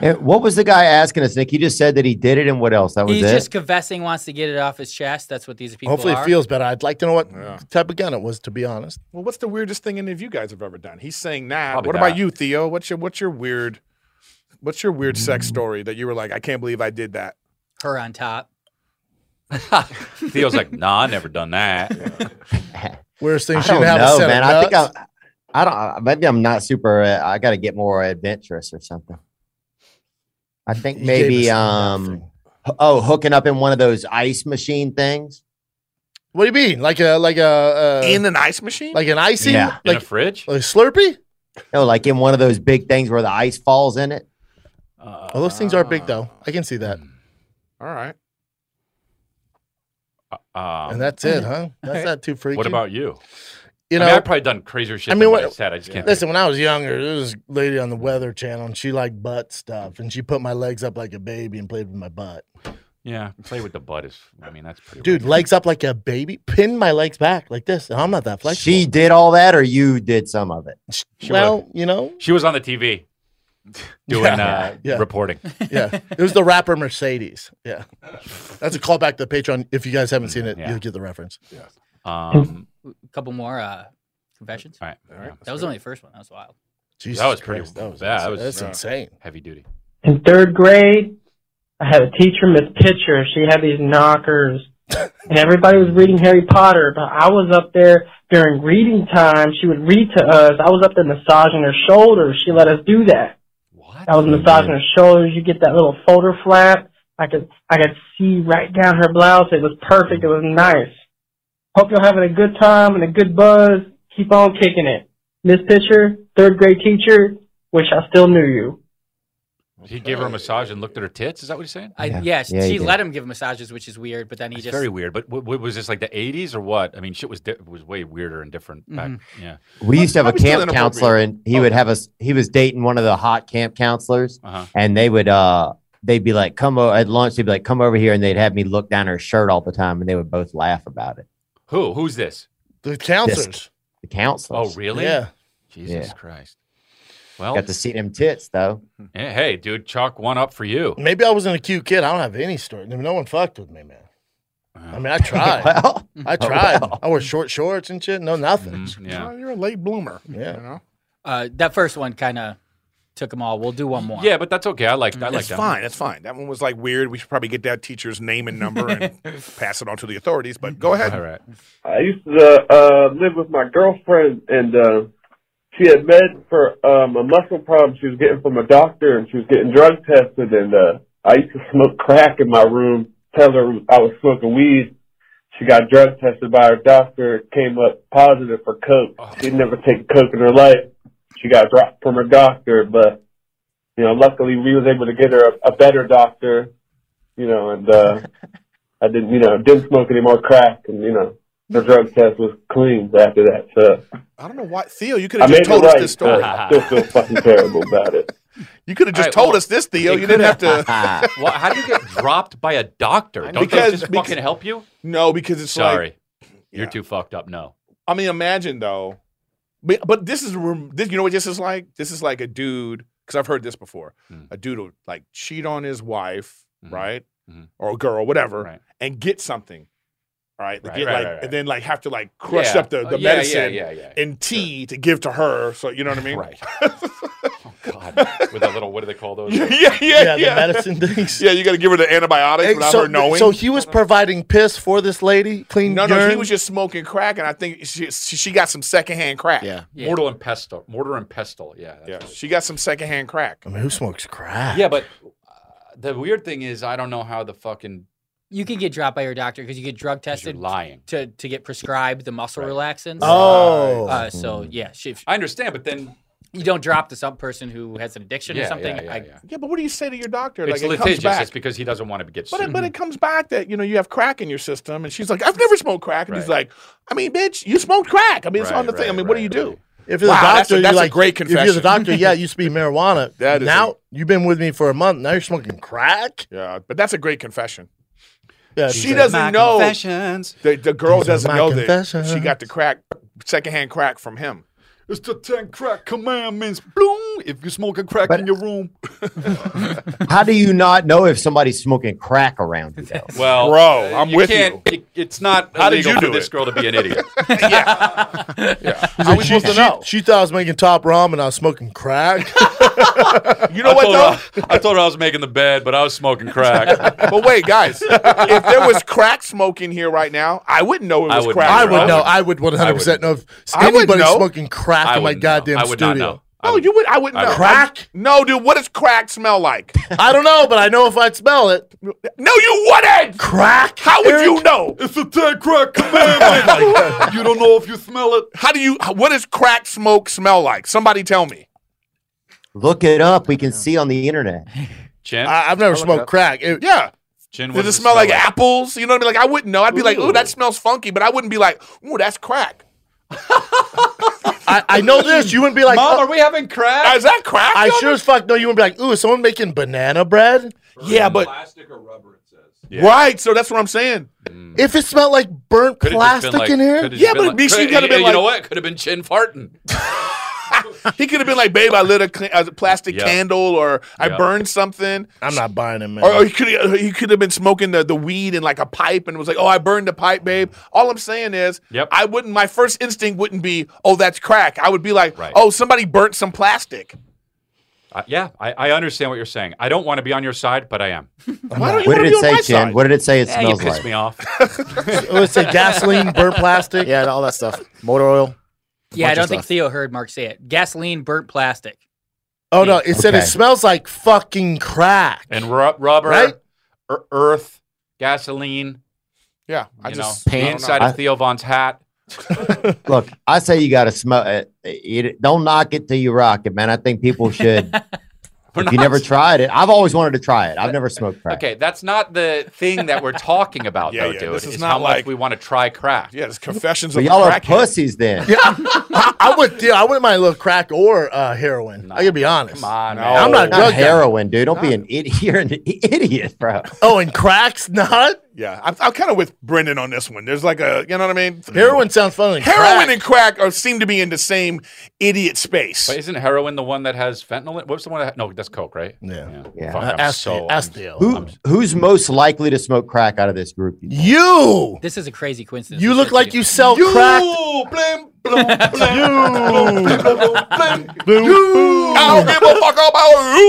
And what was the guy asking us, Nick? He just said that he did it, and what else? That was
He's
it.
just confessing, wants to get it off his chest. That's what these people
Hopefully,
are.
it feels better. I'd like to know what type of gun it was. To be honest,
Well, what's the weirdest thing any of you guys have ever done? He's saying nah.
Probably
what
that.
about you, Theo? What's your what's your weird what's your weird
Mm.
sex story that you were like, I can't believe I did that?
her on top.
Theo's like, nah, I never done that.
worst thing
I
she would
don't
have a
know,
set
man.
of
I think
nuts.
I'm. I don't. I- Maybe I'm not super. Uh, I got to get more adventurous or something. I think
You gave
maybe.
us
Um.
nothing.
h- Oh, hooking up in one of those ice machine things.
What do you mean? Like a like a uh,
In an ice machine?
like an icing?
Yeah.
In a
Like,
fridge?
like Slurpee?
No, like in one of those big things where the ice falls in it.
Uh,
Oh, those things are big though. I can see
Hmm.
that.
All right.
um,
and that's it, huh? That's not too freaky.
What about you?
you
I
know?
mean, I've probably done crazier shit. I mean, than what, I said I just can't.
Listen, when I was younger, there was this lady on the Weather Channel, and she liked butt stuff, and she put my legs up like a baby and played with my butt.
yeah, play with the butt is. I mean, that's pretty.
Dude, legs up like a baby, pin my legs back like this, and I'm not that flexible.
She did all that, or you did some of it.
She well, you know,
She was on the TV. doing uh, reporting.
Yeah, it was the rapper Mercedes. Yeah, that's a callback to Patreon. If you guys haven't seen it, you'll get the reference. Yeah.
Mm, Um,
A couple more uh, confessions.
all right.
All right.
That was only the first one. That was wild.
that was pretty.
Christ, that was
yeah, that
insane.
was
That's insane.
Heavy duty.
In third grade, I had a teacher, Miss Pitcher. She had these knockers, and everybody was reading Harry Potter, but I was up there during reading time. She would read to us. I was up there massaging her shoulders. She let us do that. What? I was massaging her shoulders. You get that little folder flap. I could I could see right down her blouse. It was perfect. It was nice. Hope you're having a good time and a good buzz. Keep on kicking it. Miss Pitcher, third grade teacher, wish I still knew you.
He gave her a massage and looked at her tits. Is that what you're saying?
I,
yeah.
yes,
Yeah,
she
you did.
let him give massages, which is weird. But then he
It's
just
very weird. But w- w- was this like the 80s or what? I mean, shit was di- was way weirder and different back.
Mhm.
Yeah.
We used to have a
Probably still
camp counselor, and he would have us. He was dating one of the hot camp counselors,
Uh-huh.
and they would uh they'd be like, "Come over at lunch." They'd be like, "Come over here," and they'd have me look down her shirt all the time, and they would both laugh about it.
Who? Who's this?
The
counselors. The
Oh,
counselors.
really?
Yeah.
Jesus
Yeah.
Christ. Well,
Got to see them tits though.
eh, hey, dude, chalk one up for you.
Maybe I wasn't a cute kid. I don't have any story. I mean, no one fucked with me, man. I mean, I tried.
Oh,
Well,
I tried. I wore short shorts and shit. No, nothing.
Mm, Yeah.
Oh, you're a late bloomer.
Yeah.
You know?
uh, that first one kind of took them all. We'll do one more.
Yeah, but that's okay. I like I like
That's
that.
Mm, fine. That's fine. That one was like weird. We should probably get that teacher's name and number and pass it on to the authorities. But go ahead.
All right.
I used to uh, live with my girlfriend, and uh, she had med for um, a muscle problem she was getting from a doctor, and she was getting drug tested. And uh, I used to smoke crack in my room. Tell her I was smoking weed. She got drug tested by her doctor. It Came up positive for coke. She'd never taken coke in her life. She got dropped from her doctor, but you know, luckily we was able to get her a, a better doctor. You know, and uh, I didn't, you know, didn't smoke any more crack, and you know the drug test was clean after that. So
I don't know why Theo. You could
I
have
made
just
it
told us this
right. Uh, but
story.
I still feel fucking terrible about it.
You could have just
All right,
told
well,
us this, Theo.
it
You didn't have
could've-
to.
well, how do you get dropped by a doctor? Don't
Because-
those just
because-
fucking help you?
No, because it's
Sorry.
like.
You're
Yeah.
too fucked up. No.
I mean, imagine though. But, but this is rem- this. You know what this is like? This is like a dude because I've heard this before.
Mm.
A dude will like cheat on his wife,
Mhm.
right,
Mhm.
or a girl, whatever,
Right.
and get something, all right, They
Right,
get,
right,
like,
right, right.
and then like have to like crush
Yeah.
up the,
Oh,
the
yeah, yeah,
medicine
yeah, yeah,
and tea to give to her. So you know what I mean?
Right. oh God. With that little what do they call those?
yeah, yeah,
Yeah,
yeah.
the medicine things.
Yeah, you got to give her the antibiotics
Hey,
without
so,
her knowing.
so he was providing piss for this lady, clean
no, no,
urine?
he was just smoking crack, and I think she she, she got some secondhand crack.
Yeah.
Yeah.
Mortal and pestle. Mortar and pestle. Yeah. that's
yeah,
what it
she got some secondhand crack.
I mean, who smokes
Ah.
crack?
Yeah, but uh, the weird thing is, I don't know how the fucking
you can get dropped by your doctor because you get drug
'cause you're
tested
lying.
to to get prescribed the muscle relaxants.
Oh.
Uh, so yeah, she, if
I understand, but then
you don't drop to some person who has an addiction
yeah,
or something.
Yeah, yeah,
I,
yeah.
Yeah, but what do you say to your doctor?
It's
like it comes
litigious.
back.
It's mm-hmm. because he doesn't want to get
But
sued.
it, but it comes back that you know you have crack in your system, and she's like, "I've never smoked crack," and he's
Right.
like, "I mean, bitch, you smoked crack. I mean, it's
Right,
on the thing. I
right,
mean, what do
right,
you do?"
right.
If you're
Wow, that's
the
a-
doctor,
that's a
you're like,
great
If you're the
confession.
doctor, yeah, it used to be marijuana.
That is
now
a-
you've been with me for a month. Now you're smoking crack.
Yeah, but that's a great confession.
Yeah,
She
it's-
doesn't know.
Confessions.
The, the girl
These are
doesn't
my
know that she
confessions.
got the crack, secondhand crack from him.
It's the ten crack commandments. Bloom. If you smoke a crack in your room.
How do you not know if somebody's smoking crack around you? Though?
Well, uh,
Bro, I'm
you
with
can't, you. It's not
How did
illegal
you
for
do
this
it?
girl to be an idiot.
How we supposed to know? She thought I was making top ramen. I was smoking crack.
You know what
told
though?
her I, I told her I was making the bed, but I was smoking crack.
but wait, guys, if there was crack smoking here right now, I wouldn't know it
I
was
wouldn't
crack.
know.
I
bro.
would know. I would 100 percent know if anybody
know.
smoking crack
I
in my
wouldn't know.
goddamn
I would not
studio.
know. I
No,
would-
you would. I wouldn't
I
know.
would.
Crack?
No, dude. What does crack smell like?
I don't know, but I know if I'd smell it.
No, you wouldn't.
Crack?
How would you
Eric?
know?
It's the ten crack commandments. you don't know if you smell it.
How do you? What does crack smoke smell like? Somebody tell me.
Look it up. We can see on the internet.
Chin.
I, I've never smoked crack. It-
Yeah.
Chin. what
Does it smell like apples? You know what I mean? Like I wouldn't know. I'd be like, ooh,
Ooh.
that smells funky, but I wouldn't be like, ooh, that's crack.
I, I know this. You wouldn't be like,
Mom,
oh,
are we having crack?
Is that crack?
I
Yo,
sure as fuck know. You wouldn't be like, ooh, is someone making banana bread?
Yeah, but
Plastic or rubber, it says.
right. So that's what I'm saying.
If it smelled like burnt
Could've just been
plastic
like-
in
could've
here,
just
Yeah,
been
but
like,
Misha, you
could-
gotta be
you know
like-
what? Could have been chin farting.
he could have been like, "Babe, I lit a, cl- a plastic
Yeah.
candle, or I
Yeah.
burned something."
I'm not buying him, man.
Or, or he could he could have been smoking the, the weed in like a pipe and was like, "Oh, I burned the pipe, babe." All I'm saying is, I wouldn't. My first instinct wouldn't be, "Oh, that's crack." I would be like, "Oh, somebody burnt some plastic."
Uh, yeah, I, I understand what you're saying. I don't want to be on your side, but I am.
What did it say, Jen? What did it say? It
Yeah, you
smells
pissed
like
me off.
It was say gasoline, burnt plastic. Yeah, all that stuff. Motor oil.
Yeah, I
bunch
don't
of
think
stuff.
Theo heard Mark say it. Gasoline, burnt plastic.
Oh no, it said it
Okay.
smells like fucking crack.
And ru- rubber,
Right?
er- earth, gasoline.
Yeah,
I you
just-
know,
I
the
don't
inside
know.
of Theo Von's hat.
Look, I say you got to smoke it. It- Don't knock it till you rock it, man. I think people should.
We're
if you
not-
never tried it, I've always wanted to try it. I've never smoked crack.
Okay, that's not the thing that we're talking about,
Yeah,
though,
yeah,
dude.
this is
is
not
how
like-
much we want to try crack.
Yeah, it's confessions
So y'all are pussies then.
Yeah, I, I would. Deal, I wouldn't mind a little crack or uh, heroin. I gotta be honest.
Come on,
man. I'm not a drug guy.
heroin, dude. Don't be an idiot. You're an i- idiot, bro.
Oh, and cracks not.
Yeah, I'm, I'm kind of with Brendan on this one. There's like a, you know what I mean?
Heroin sounds funny.
Heroin and crack are, seem to be in the same idiot space.
But isn't heroin the one that has fentanyl? In? What's the one that? No, that's coke, right?
Yeah. Uh,
Yeah.
Fuck, I'm so-
Who, who's most likely to smoke crack out of this group? You think?
You.
This is a crazy coincidence.
You
This
look
is
like
crazy.
you sell
You-
crack.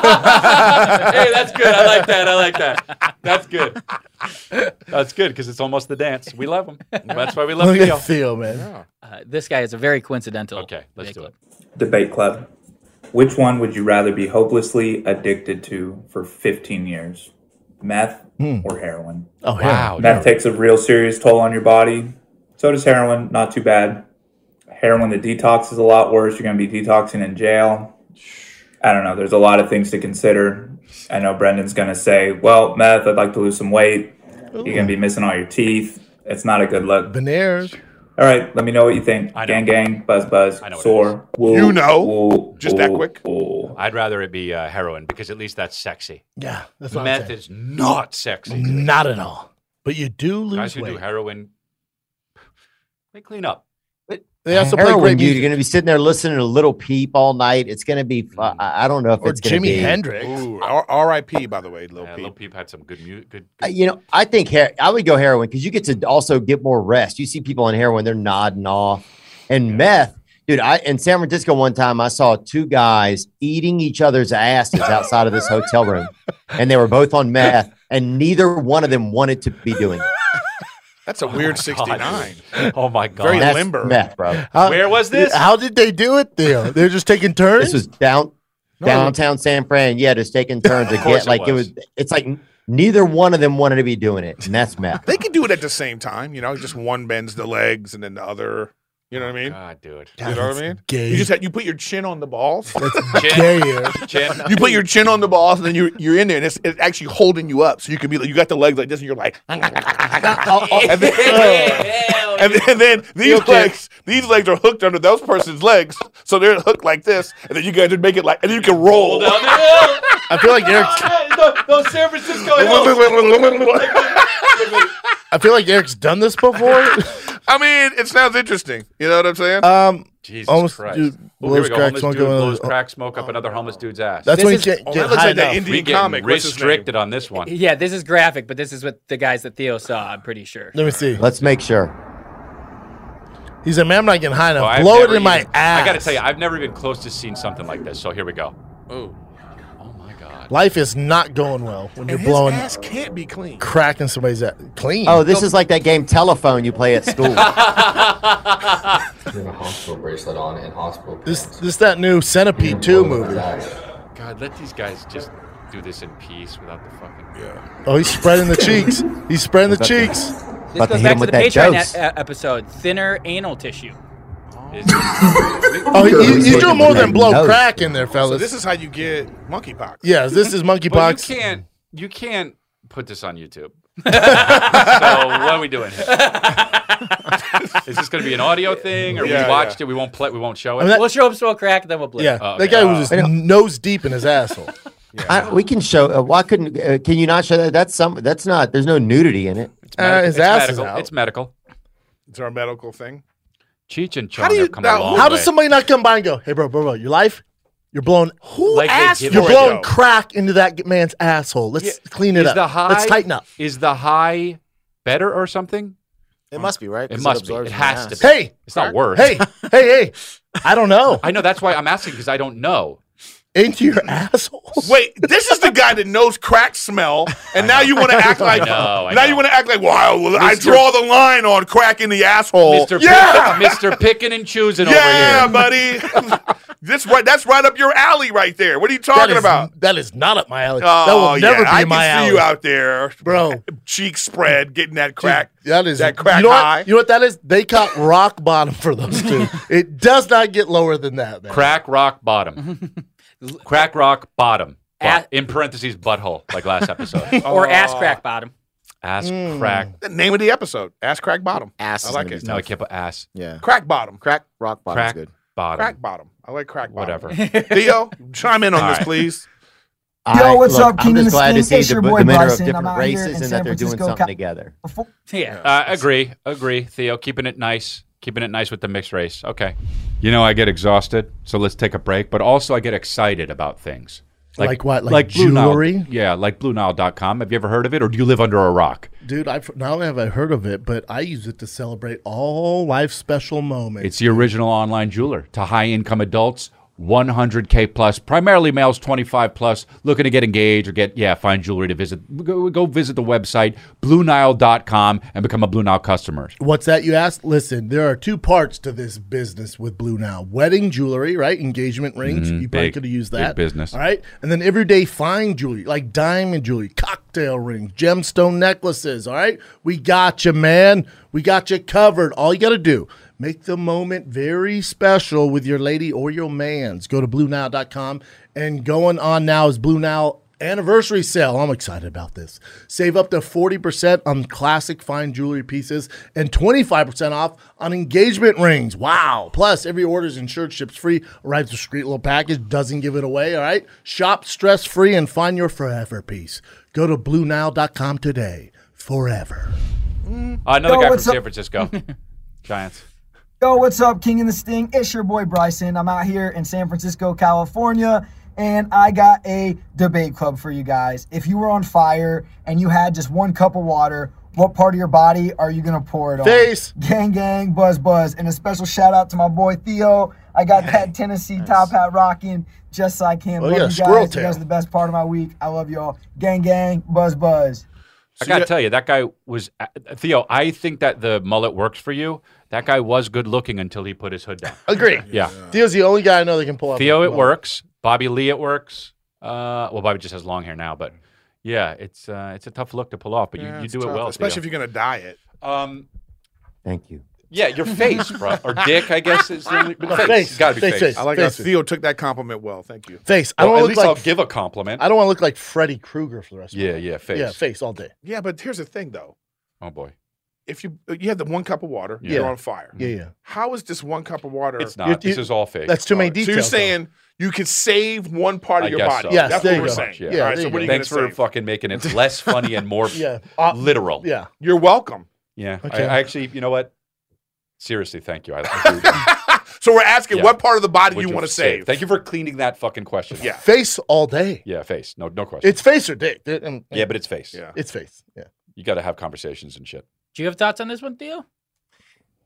hey, that's good. I like that. I like that. That's good. That's good because it's almost the dance. We love him. That's why we love
Look
Theo.
at Theo, man.
Uh, this guy is a very coincidental. Okay,
let's do it.
Debate Club. Which one would you rather be hopelessly addicted to for 15 years? Meth
Hmm.
or heroin?
Oh, heroin. Wow,
Meth
dude.
takes a real serious toll on your body. So does heroin. Not too bad. Heroin, the detox is a lot worse. You're going to be detoxing in jail. I don't know. There's a lot of things to consider. I know Brendan's going to say, well, meth, I'd like to lose some weight. You're going to be missing all your teeth. It's not a good look.
Banaires.
All right, let me know what you think. Gang, gang, buzz, buzz, sore. Woo,
You know.
woo, woo, woo.
I'd rather it be uh, heroin because at least that's sexy.
Yeah, that's what I'm
meth
saying.
is not sexy. dude.
Not at all. But you do lose
Guys who do
weight.
heroin, they clean up.
They also play
heroin,
great
dude,
music.
You're going to be sitting there listening to Little Peep all night. It's going to be. fu-
Mm.
I I don't know if it's going to be.
Ooh, R- R.I.P. By the way, Lil
Peep. Lil Peep had some good music. Good.
Uh, You know, I think her- I would go heroin because you get to also get more rest. You see people on heroin, they're nodding off. And meth, dude, I in San Francisco one time I saw two guys eating each other's asses outside of this hotel room. And they were both on meth, and neither one of them wanted to be doing it.
That's a weird 69.
Oh my god,
Very
That's Uh,
limber.
Meth, bro.
How-
Where was this?
How did they do it, Theo? They're just taking turns.
This was down
No.
downtown San Fran. Yeah, just taking turns to
course
get
it
like it
was.
was it's like neither one of them wanted to be doing it. And that's meth.
They can do it at the same time, you know. Just one bends the legs and then the other. You know what I mean?
God, dude.
You know what I mean?
gay.
You just had, you put your chin on the balls.
gayer.
You put your chin on the balls, and then you're you're in there, and it's, it's actually holding you up. So you can be like, you got the legs like this, and you're like, and then, and then, then these legs, these legs are hooked under those person's legs, so they're hooked like this, and then you guys make it like, and then you can roll.
I feel like Eric.
Those San Francisco
I feel like Eric's done this before.
I mean, it sounds interesting. You know what I'm saying?
Um,
Jesus
almost,
Christ.
dude,
Oh,
blows
here we go.
crack
Homeless
smoke
dude
going on
blows
the-
crack smoke up another homeless dude's ass.
That's
This
when you
is-
can't
oh,
get
that looks
high
like that
enough.
Indian
we get
comic. What's his name?
restricted on this one.
Yeah, this is graphic, but this is what the guys that Theo saw. I'm pretty sure.
Let me see.
Let's make sure.
He said, "Man, I'm not getting high
Oh,
enough.
I've
Blow it
never
in my
even-
ass."
I got to tell you, I've never even close to seeing something like this. So here we go.
Oh,
Life is not going well when you're
his
blowing
ass can't be clean.
crack in somebody's ass. Clean.
Oh, this is like that game telephone you play at school.
You have a hospital bracelet on and hospital.
This this that new Centipede Two movie.
God, let these guys just do this in peace without the fucking. Yeah.
Oh, he's spreading the cheeks. He's spreading the cheeks.
This goes back to the Patreon e- e- episode. Thinner anal tissue.
Oh, he- he's, he's doing more than blow
Nose.
crack in there, fellas.
So this is how you get monkeypox.
yeah, this is
But
monkeypox.
you can't. You can't put this on YouTube. so what are we doing here? Is this going to be an audio thing, or
Yeah,
we watched it? We won't play. We won't show it. Oh, Uh,
I mean, that-
We'll show him smoke crack, then we'll blip.
Yeah, that guy was just nose deep in his asshole.
I, we can show. Uh, why couldn't? Uh, can you not show that? That's some. That's not. There's no nudity in it.
Uh, his ass is
oh, medical.
out.
It's medical.
It's our medical thing.
Cheech and Chong
How do you?
have come a
now,
long
how
way.
does somebody not come by and go, "Hey, bro, bro, bro, your life, you're blowing. Who
Like they
asked?
did
You're
for it,
blowing
though.
crack into that man's asshole. Let's clean it
is
up.
The high,
Let's tighten up.
Is the high better or something?
It must be right.
It
'Cause
must be.
absorbs
It
in the
has to.
ass.
be. it's not worse.
Hey, hey, hey! I don't know.
I know that's why I'm asking because I don't know.
Into your asshole.
Wait, this is the guy that knows crack smell, and now you want to act like
I know, I
now
know.
you want to act like wow, well, I
Mr.
draw the line on crack in the asshole.
Mr.
Yeah,
Pick, Mr. Picking and choosing
yeah,
over here.
buddy. this right, that's right up your alley, right there. What are you talking
That is-
about?
That is not up my alley.
Oh,
that will never
yeah,
be
I
in my
can
alley.
see you out there,
bro.
Cheek spread, getting that crack.
That is
that crack
you know
high.
What, you know what that is? They caught rock bottom for those two. it does not get lower than that, man.
Crack rock bottom. crack rock bottom. Bu-
Ass-
in parentheses, butthole, like last episode.
or ass
Oh.
crack bottom.
Ass
Mm.
crack.
The name of the episode: Ass Crack Bottom.
Ass
I
is
like
gonna be
it.
No, I can't put ass.
Yeah.
Crack Bottom.
Crack rock bottom's
Crack
good.
bottom.
Crack Bottom. I like Crack Bottom.
Whatever.
Theo, chime in on
All
this,
right.
please.
All
Yo, what's
look,
up,
I'm
King of
just
the
glad
Skin?
to see
It's
the,
your
the
boy
men are of
Bryson. I'm
different
out here in
races and
San
that they're doing
Francisco,
something
Cal-
together.
Yeah.
Uh, agree, agree. Theo, keeping it nice, keeping it nice with the mixed race. Okay. You know, I get exhausted, so let's take a break. But also, I get excited about things.
Like what? Like
Blue Nile-
jewelry?
yeah, like BlueNile.com. Have you ever heard of it, or do you live under a rock?
Dude, I not only have I heard of it, but I use it to celebrate all life's special moments.
It's the original online jeweler to high-income adults, 100k plus, primarily males, 25 plus, looking to get engaged or get yeah, find jewelry to visit. Go, go visit the website BlueNile.com and become a Blue Nile customer.
What's that you asked? Listen, there are two parts to this business with Blue Now. Wedding jewelry, right? Engagement rings.
Mhm,
you probably
big-
could have used
big
that.
business.
All right. And then everyday fine jewelry, like diamond jewelry, cocktail rings, gemstone necklaces. All right. We got you, man. We got you covered. All you got to do. Make the moment very special with your lady or your man's. Go to BlueNile.com and going on now is Blue Nile anniversary sale. I'm excited about this. Save up to 40% on classic fine jewelry pieces and 25% off on engagement rings. Wow. Plus, every order is insured, ships free, arrives with a discreet little package, doesn't give it away. All right. Shop stress free and find your forever piece. Go to BlueNile.com today. Forever.
Uh, another
Yo,
guy from
what's up?
San Francisco, Giants.
Yo, what's up, King and the Sting? It's your boy Bryson. I'm out here in San Francisco, California, and I got a debate club for you guys. If you were on fire and you had just one cup of water, what part of your body are you gonna pour it on?
Face.
Gang, gang, buzz, buzz, and a special shout out to my boy Theo. I got that Tennessee top hat rocking just like him.
Oh,
love
yeah,
you
squirrel
guys. You guys
tail.
are the best part of my week. I love y'all. Gang, gang, buzz, buzz.
I gotta tell you, that guy was uh, Theo. I think that the mullet works for you. That guy was good looking until he put his hood down.
Agree.
Yeah,
Theo's the only guy I know that can pull up.
Theo,
a-
it works. Bobby Lee, it works. Uh, well, Bobby just has long hair now, but yeah, it's uh, it's a tough look to pull off, but you,
Yeah,
you
it's
do it
tough,
well,
especially
Theo.
if you're gonna diet.
Um,
Thank you.
yeah, your face, bro, or dick, I guess is the only, but
Face,
face. Got to be
face,
face.
face.
I like
Face
how
it.
Theo took that compliment well. Thank you.
Face. I
Well,
don't
at
want to
least
look
I'll
like
give a compliment.
I don't want to look like Freddy Krueger for the rest. of my
Yeah,
life.
yeah, face.
Yeah, face all day.
Yeah, but here's the thing, though.
Oh boy,
If you uh, you have the one cup of water,
Yeah.
you're on fire.
Yeah, yeah.
How is this one cup of water?
it's not. this is all fake.
That's too many
So
details.
you're
though.
saying you can save one part of
I
your
guess
body.
so.
Yes,
That's
there
what
you
we're
go.
saying.
Yeah.
All right,
there
so
you
what are
go.
you
Thanks
gonna
for
save?
fucking making it less funny and more
Yeah. Uh,
literal.
Yeah.
You're welcome.
Yeah, I-
Okay.
I, actually, you know what? Seriously, thank you. I, I
So we're asking
Yeah.
what part of the body
do, would
you
you
want to
say?
save.
Thank you for cleaning that fucking question. up.
Yeah.
Face all day.
yeah, face. No, no question.
It's face or dick. It- um,
yeah, but it's face.
Yeah.
it's face. Yeah.
You got to have conversations and shit.
Do you have thoughts on this one, Theo?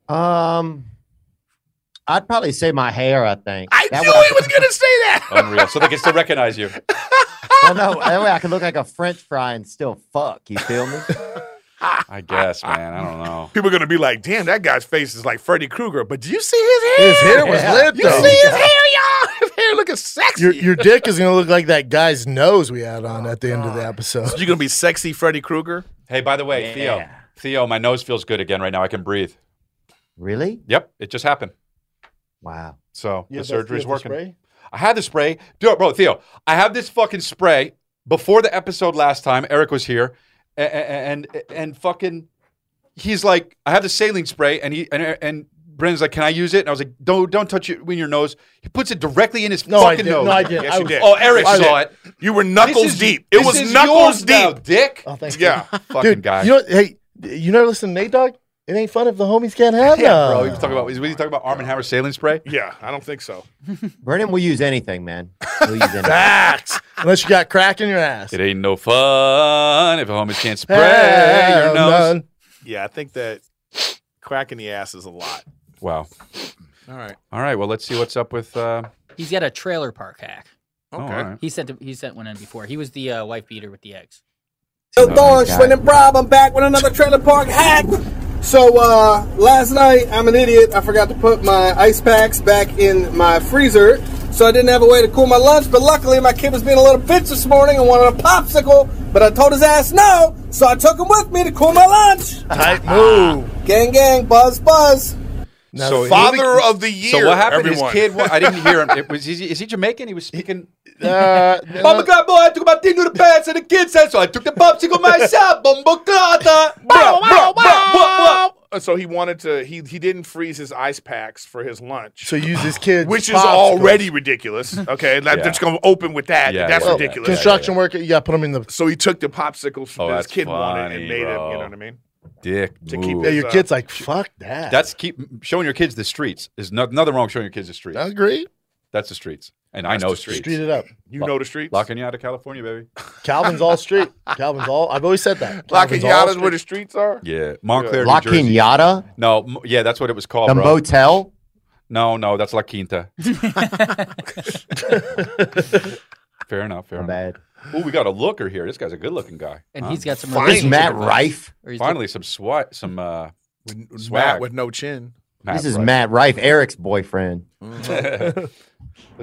Um, I'd probably say my hair. I think
I
That
knew
way
he was gonna say that.
Unreal. so they can still recognize you.
well, no, that way I could look like a French fry and still fuck. You feel me?
I guess, man. I don't know.
People are gonna be like, "Damn, that guy's face is like Freddy Krueger." But do you see his hair?
His hair was
Yeah.
lit,
You
though.
see his hair, y'all? His hair looking sexy.
Your your dick is gonna look like that guy's nose we had on at the end of the episode.
you gonna be sexy Freddy Krueger?
Hey, by the way, Theo. Theo, my nose feels good again right now. I can breathe.
really?
Yep, it just happened.
Wow.
So
You
the
have that-
surgery's
you have the
working.
spray?
I had the spray. Dude, bro, Theo, I have this fucking spray before the episode last time. Eric was here, a- a- and and, and fucking, he's like, I have the saline spray, and he and and Brennan's like, can I use it? And I was like, don't don't touch it in your nose. He puts it directly in his
No, I
fucking
did.
nose.
No, I did.
Yes,
I
you
was-
did.
Oh, Eric
Yes, you
saw
did.
it.
You were knuckles
This is-
deep. It
this
was
is
knuckles
yours now,
deep.
dick.
Oh, thank you.
Yeah.
Fucking
Dude,
guy.
you know, hey, you never listen to Nate Dogg?
It ain't fun if the homies can't have
Yeah,
none.
bro. He was talking about. Was he talking about Arm and Hammer saline spray?
Yeah, I don't think so.
Brennan will use anything, man. We'll use anything.
Facts. Unless you got crack in your ass.
It ain't no fun if a homie can't spray
Hell
your nose.
no. Yeah, I think that cracking the ass is a lot.
Wow.
All right.
All right. Well, let's see what's up with. Uh,
He's got a trailer park hack.
Oh, Okay. all right.
He sent he sent one in before. He was the uh, wife beater with the eggs.
Yo, Thorn, Swin and Rob, I'm back with another trailer park hack. So, uh, last night, I'm an idiot. I forgot to put my ice packs back in my freezer, so I didn't have a way to cool my lunch. But luckily, my kid was being a little bitch this morning and wanted a popsicle, but I told his ass no, so I took him with me to cool my lunch.
Tight move.
gang, gang, buzz, buzz.
Now,
So Father here we- of the
So
year,
what happened? His
everyone.
kid. wa- I didn't hear him. It was. Is he, is he Jamaican? He was speaking.
Uh,
Bumba God, boy, I took my thing to the pants and the kid said so. I took the popsicle myself. Bumba Clotta. Bruh, bruh, bruh, bruh, bruh.
And so he wanted to. He he didn't freeze his ice packs for his lunch.
So use his kids,
which is
popsicles.
already ridiculous. Okay, like,
Yeah.
that's going to open with that.
Yeah,
that's
yeah, yeah,
ridiculous.
Construction worker, you got to put them in the.
So he took the popsicles
Oh,
that his
that's
kid wanted
funny,
and made
bro.
it. You know what I mean?
Dick.
To keep
move.
Yeah, your
kid's like, fuck that.
That's keep showing your kids the streets. There's no, nothing wrong with showing your kids the streets.
That's great.
That's the streets, and
That's
I know
the
streets.
streets. Street it up.
You
La-
know the streets.
La Cunada, California, baby.
Calvin's all street. Calvin's all. I've always said that.
La
Calvin's all
Cunada's where the
street.
streets are.
Yeah, Montclair, New
La
Jersey.
Quinata?
No, m- yeah, that's what it was called.
The
bro.
motel?
No, no, that's La Quinta. fair enough. Fair enough.
Bad.
Oh, we got a looker here. This guy's a good-looking guy,
And
huh?
he's got some
Finally. Is Matt
relationship advice.
Rife?
Or he's
Finally, some swat, some uh,
Matt
swag.
with no chin.
Matt
this is
Rife.
Matt Rife, Eric's boyfriend.
Let's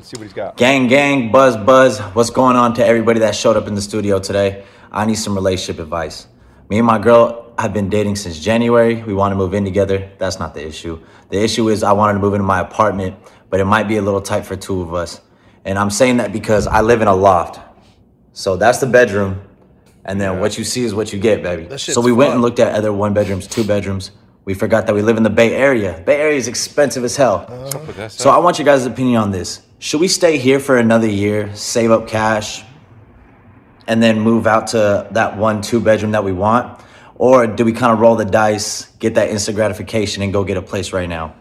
see what he's got.
Gang, gang, buzz, buzz. What's going on to everybody that showed up in the studio today? I need some relationship advice. Me and my girl have been dating since January. We want to move in together. That's not the issue. The issue is I wanted to move into my apartment, but it might be a little tight for two of us. And I'm saying that because I live in a loft. So that's the bedroom. And then what you see is what you get, baby.
That
So
shit's
we went
fun.
and looked at other one bedrooms, two bedrooms. We forgot that we live in the Bay Area. Bay Area is expensive as hell. So I want your guys' opinion on this. Should we stay here for another year, save up cash, and then move out to that one two bedroom that we want? Or do we kind of roll the dice, get that instant gratification, and go get a place right now?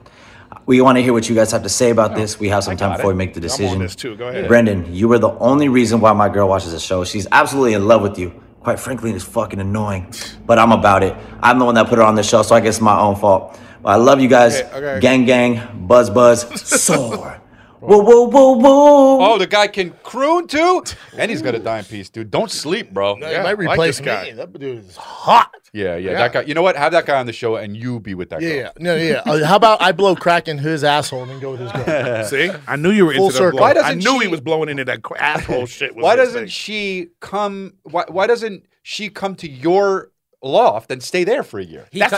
We want to hear what you guys have to say about this. We have some time before we make the
I'm on
decision.
this too. Go ahead.
Brendan, you were the only reason why my girl watches the show. She's absolutely in love with you. Quite frankly, it's fucking annoying, but I'm about it. I'm the one that put her on the show, so I guess it's my own fault. But I love you guys.
Okay, okay.
Gang, gang, buzz, buzz, soar. whoa, whoa, whoa, whoa.
Oh, the guy can croon too, and he's got a dime piece, dude. Don't sleep, bro.
No, you might replace
this
me. That dude is
Yeah, yeah,
Yeah.
that guy. You know what? Have that guy on the show, and you be with that
Yeah,
guy.
yeah, no, yeah. Uh, how about I blow crack in his asshole and then go with his girl?
See, I knew you were
Full
into
circle.
that. Why
Why
doesn't I
doesn't
knew he was blowing into that cr- asshole shit. was
Why
his
doesn't
thing.
she come? Why, why doesn't she come to your loft and stay there for a year?
He cut-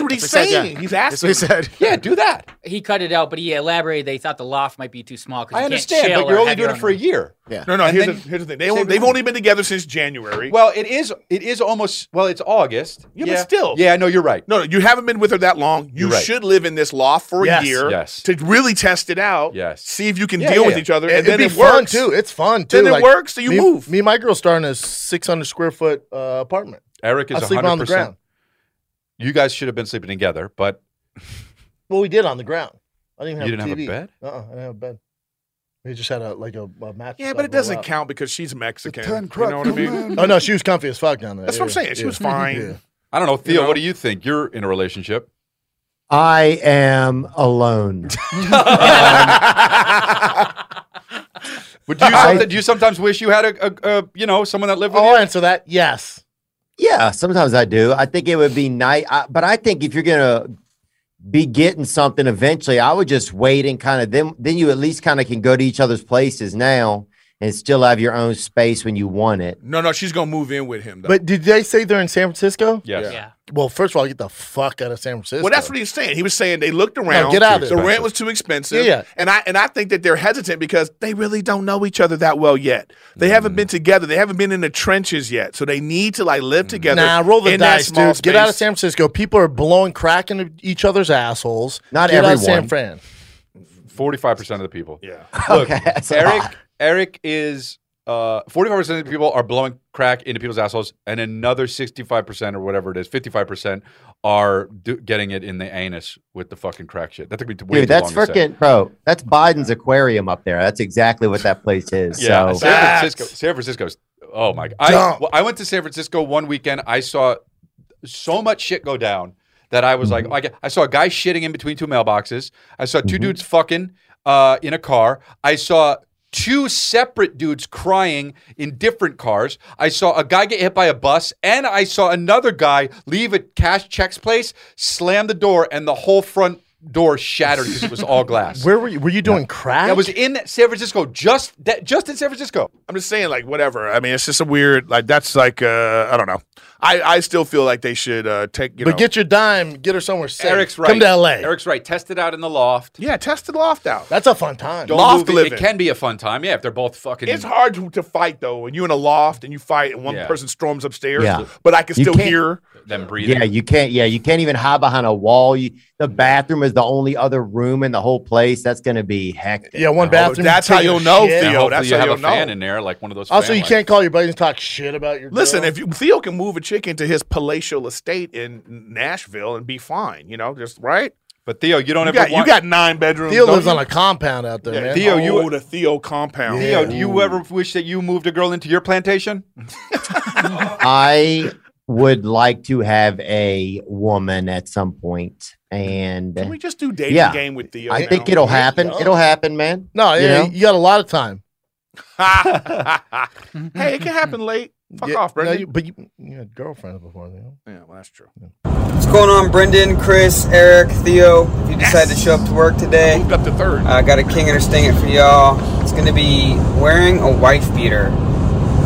Yeah, do that.
He cut it out, but he elaborated. They thought the loft might be too small. 'cause
I
you can't
understand,
shell
but you're
or
only
have
doing
your
it for a
own-
year.
No, no.
And
Here's the,
then-
here's the thing. They
Save
only,
it
they've
for-
only been together since January.
Well, it is. It is almost. Well, it's August.
Yeah, but still.
Yeah, no, you're right.
No, no, you haven't been with her that long. You
You're right.
should live in this loft for
Yes.
a year
Yes.
to really test it out.
Yes.
See if you can
Yeah,
deal
yeah,
with
yeah.
each other.
It-
And then
it'd
it
be
works.
fun too. It's fun too.
Then it works, so you
me-
move.
Me and my girl starting a 600 square foot uh, apartment.
Eric is
I sleep on the
100%.
ground.
You guys should have been sleeping together, but
Well, we did on the ground. I didn't
You
have
didn't have a
TV.
bed?
Uh, uh I didn't have a bed. We just had a like a, a mattress.
Yeah,
I'd
but it
roll
doesn't
out.
count because she's Mexican.
Ten
You know what I
crack,
mean?
Oh no, she was comfy as fuck down there.
That's what I'm
Yeah,
saying. She
yeah.
was fine.
Yeah.
I don't know, Theo.
You know?
What do you think? You're in a relationship.
I am alone.
Would you? something- do you sometimes wish you had a, a, a you know someone that lived with you?
I'll answer that. Yes.
Yeah, sometimes I do. I think it would be nice, I, but I think if you're gonna be getting something eventually, I would just wait and kind of then then you at least kind of can go to each other's places now and still have your own space when you want it.
No, no, she's gonna move in with him. Though.
But did they say they're in San Francisco?
Yes. Yeah.
Well, first of all, get the fuck out of San Francisco.
Well, that's what he was saying. He was saying they looked around.
get out of
The
there.
rent was too expensive.
Yeah, yeah.
And I and I think that they're hesitant because they really don't know each other that well yet. They haven't
Mm-hmm.
been together. They haven't been in the trenches yet. So they need to like live together.
Mm. Nah, roll the
in that
dice,
small
dude. Get out of
space.
San Francisco. People are blowing crack into each other's assholes.
Not
Get Out of San
everyone.
Fran.
Forty-five percent of the people.
Yeah.
Look,
Okay, that's a
Eric.
lot.
Eric is uh, 45% of the people are blowing crack into people's assholes, and another 65% or whatever it is, 55% are do- getting it in the anus with the fucking crack shit. That took me way
Dude,
too
that's
long to say.
freaking bro. That's Biden's aquarium up there. That's exactly what that place is.
Yeah,
so
San Francisco. San Francisco's. Oh my god! I,
Dump.
well, I went to San Francisco one weekend. I saw so much shit go down that I was
Mm-hmm.
like, I, get- I saw a guy shitting in between two mailboxes. I saw 2 dudes fucking uh, in a car. I saw two separate dudes crying in different cars. I saw a guy get hit by a bus, and I saw another guy leave a cash checks place, slam the door, and the whole front door shattered because it was all glass.
Where were you? Were you doing crack?
That was in San Francisco. Just that. Just in San Francisco.
I'm just saying, like whatever. I mean, it's just a weird. Like that's like uh, I don't know. I I still feel like they should uh, take you
but
know.
get your dime, get her somewhere safe.
Eric's right.
Come to LA.
Eric's right. Test it out in the loft.
yeah, test the loft out.
That's a fun time.
Don't
Loft
move it.
living.
It can be a fun time. Yeah, if they're both fucking.
It's hard to, to fight though when you're in a loft and you fight and one
Yeah.
person storms upstairs.
Yeah.
But I can
You
still
can't-
hear.
Them breathing.
yeah, you can't. Yeah, you can't even hide behind a wall. You, the bathroom is the only other room in the whole place. That's going to be hectic.
Yeah, one bathroom.
Oh, that's how
take your
you'll know,
shit.
Theo.
hopefully
That's
you
how
have
you'll
a fan
know.
in there, like one of those.
Also,
fan
you
lights.
can't call your buddies and talk shit about your.
Listen,
girl.
if you, Theo can move a chick into his palatial estate in Nashville and be fine, you know, just right.
But Theo, you don't
you
ever
got,
want-
you got nine bedrooms.
Theo
don't
lives
you?
on a compound out there, man. Oh.
Theo, you the Theo compound.
Theo, do you ever wish that you moved a girl into your plantation?
I would like to have a woman at some point, and
Can we just do dating
Yeah.
game with Theo?
I
now?
think it'll happen. It'll happen, man.
No,
You
yeah,
know?
you got a lot of time.
hey, it can happen late. Fuck
Yeah,
off,
no,
Brendan.
you- but you, you had girlfriends before, Leo.
Yeah, well, that's true.
What's going on, Brendan, Chris, Eric, Theo? If you decided to show up to work today,
moved up to third.
I got a king and a stinger for y'all. It's going to be wearing a wife beater.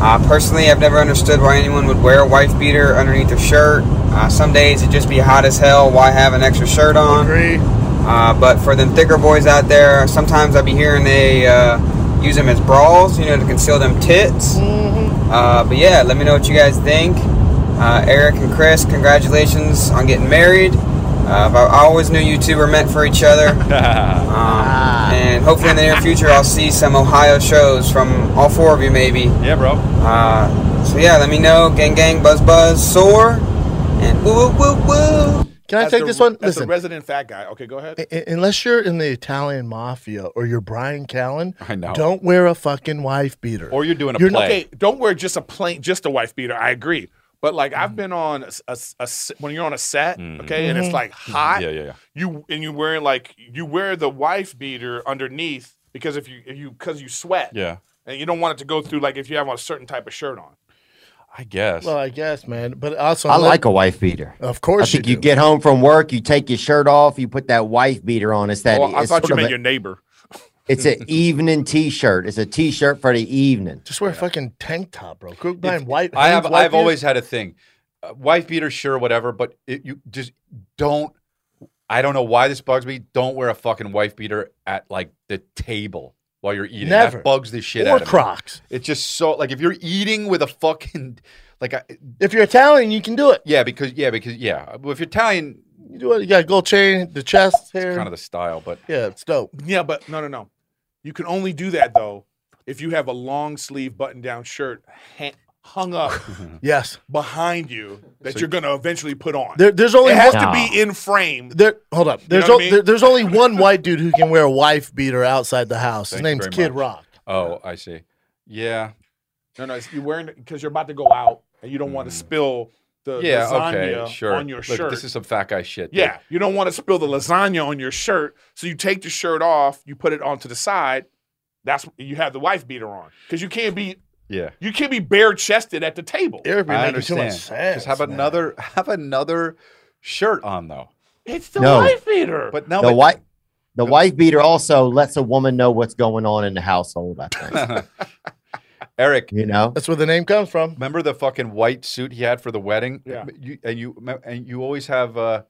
Uh, personally, I've never understood why anyone would wear a wife beater underneath their shirt. Uh, some days it just be hot as hell. Why have an extra shirt on?
Agree.
Uh, but for them thicker boys out there, sometimes I be hearing they uh, use them as bras, you know, to conceal them tits.
Mm.
Uh, but yeah, let me know what you guys think. Uh, Eric and Chris, congratulations on getting married. Uh, but I always knew you two were meant for each other. um, and hopefully in the near future, I'll see some Ohio shows from all four of you, maybe.
Yeah, bro.
Uh, so yeah, let me know. Gang, gang, buzz, buzz, soar, and woo, woo, woo, woo.
Can I
As
take
the-
this one?
As the
Listen,
resident fat guy. Okay, go ahead.
I- I- unless you're in the Italian mafia or you're Brian Callen,
I know.
Don't wear a fucking wife beater.
Or you're doing a
You're not-
play.
Okay, don't wear just a plain, just a wife beater. I agree. But like
Mm.
I've been on a, a- a s- when you're on a set, okay, and it's
Mm-hmm.
Mhm.
like hot.
Yeah, yeah, yeah.
You and you wearing like you wear the wife beater underneath because if you if you because you sweat.
Yeah.
And you don't want it to go through like if you have a certain type of shirt on.
I guess.
Well, I guess, man. But also,
I like a wife beater.
Of course
I
you
think you, get home from work, you take your shirt off, you put that wife beater on. It's that.
oh, I
it's
thought
sort
you
of
meant
a-
your neighbor.
It's an evening T-shirt. It's a T-shirt for the evening.
Just wear a fucking tank top, bro. Cook buying white.
I have.
Hanes wife
I've
beaters.
always had a thing. Uh, wife beater, sure, whatever. But it, you just don't. I don't know why this bugs me. Don't wear a fucking wife beater at like the table while you're eating.
Never.
That bugs the shit
Or
out of me.
Crocs.
It's just so like if you're eating with a fucking like I,
If you're Italian, you can do it.
yeah because yeah because yeah Well, if you're Italian
You do it. You got gold chain, the chest hair.
kind of the style but
yeah, it's dope.
Yeah, but no, no, no. You can only do that though if you have a long sleeve button down shirt ha- hung up
Yes.
behind you that
So-
you're going to eventually put on.
There- there's only
it has
one-
to be in frame.
There, hold up. There's
know what
o-
I mean?
there- there's only one white dude who can wear a wife beater outside the house. His
Thank you
name's
very
Kid
much.
Rock.
oh I see yeah
No, no, it's, you're wearing because you're about to go out and you don't
Mm.
want to spill the
yeah
lasagna
okay sure
on your
Look,
shirt.
this is some fat guy shit dude.
yeah, you don't want to spill the lasagna on your shirt, so you take the shirt off, you put it onto the side. That's you have the wife beater on because you can't be
yeah
you can't be bare chested at the table.
I understand. Just have another have another shirt on though.
It's
the No. wife beater.
But no,
the
but-
wife, the wife beater also lets a woman know what's going on in the household. I think.
Eric,
you know,
That's where the name comes from.
remember the fucking white suit he had for the wedding?
Yeah.
You, and you and you always have uh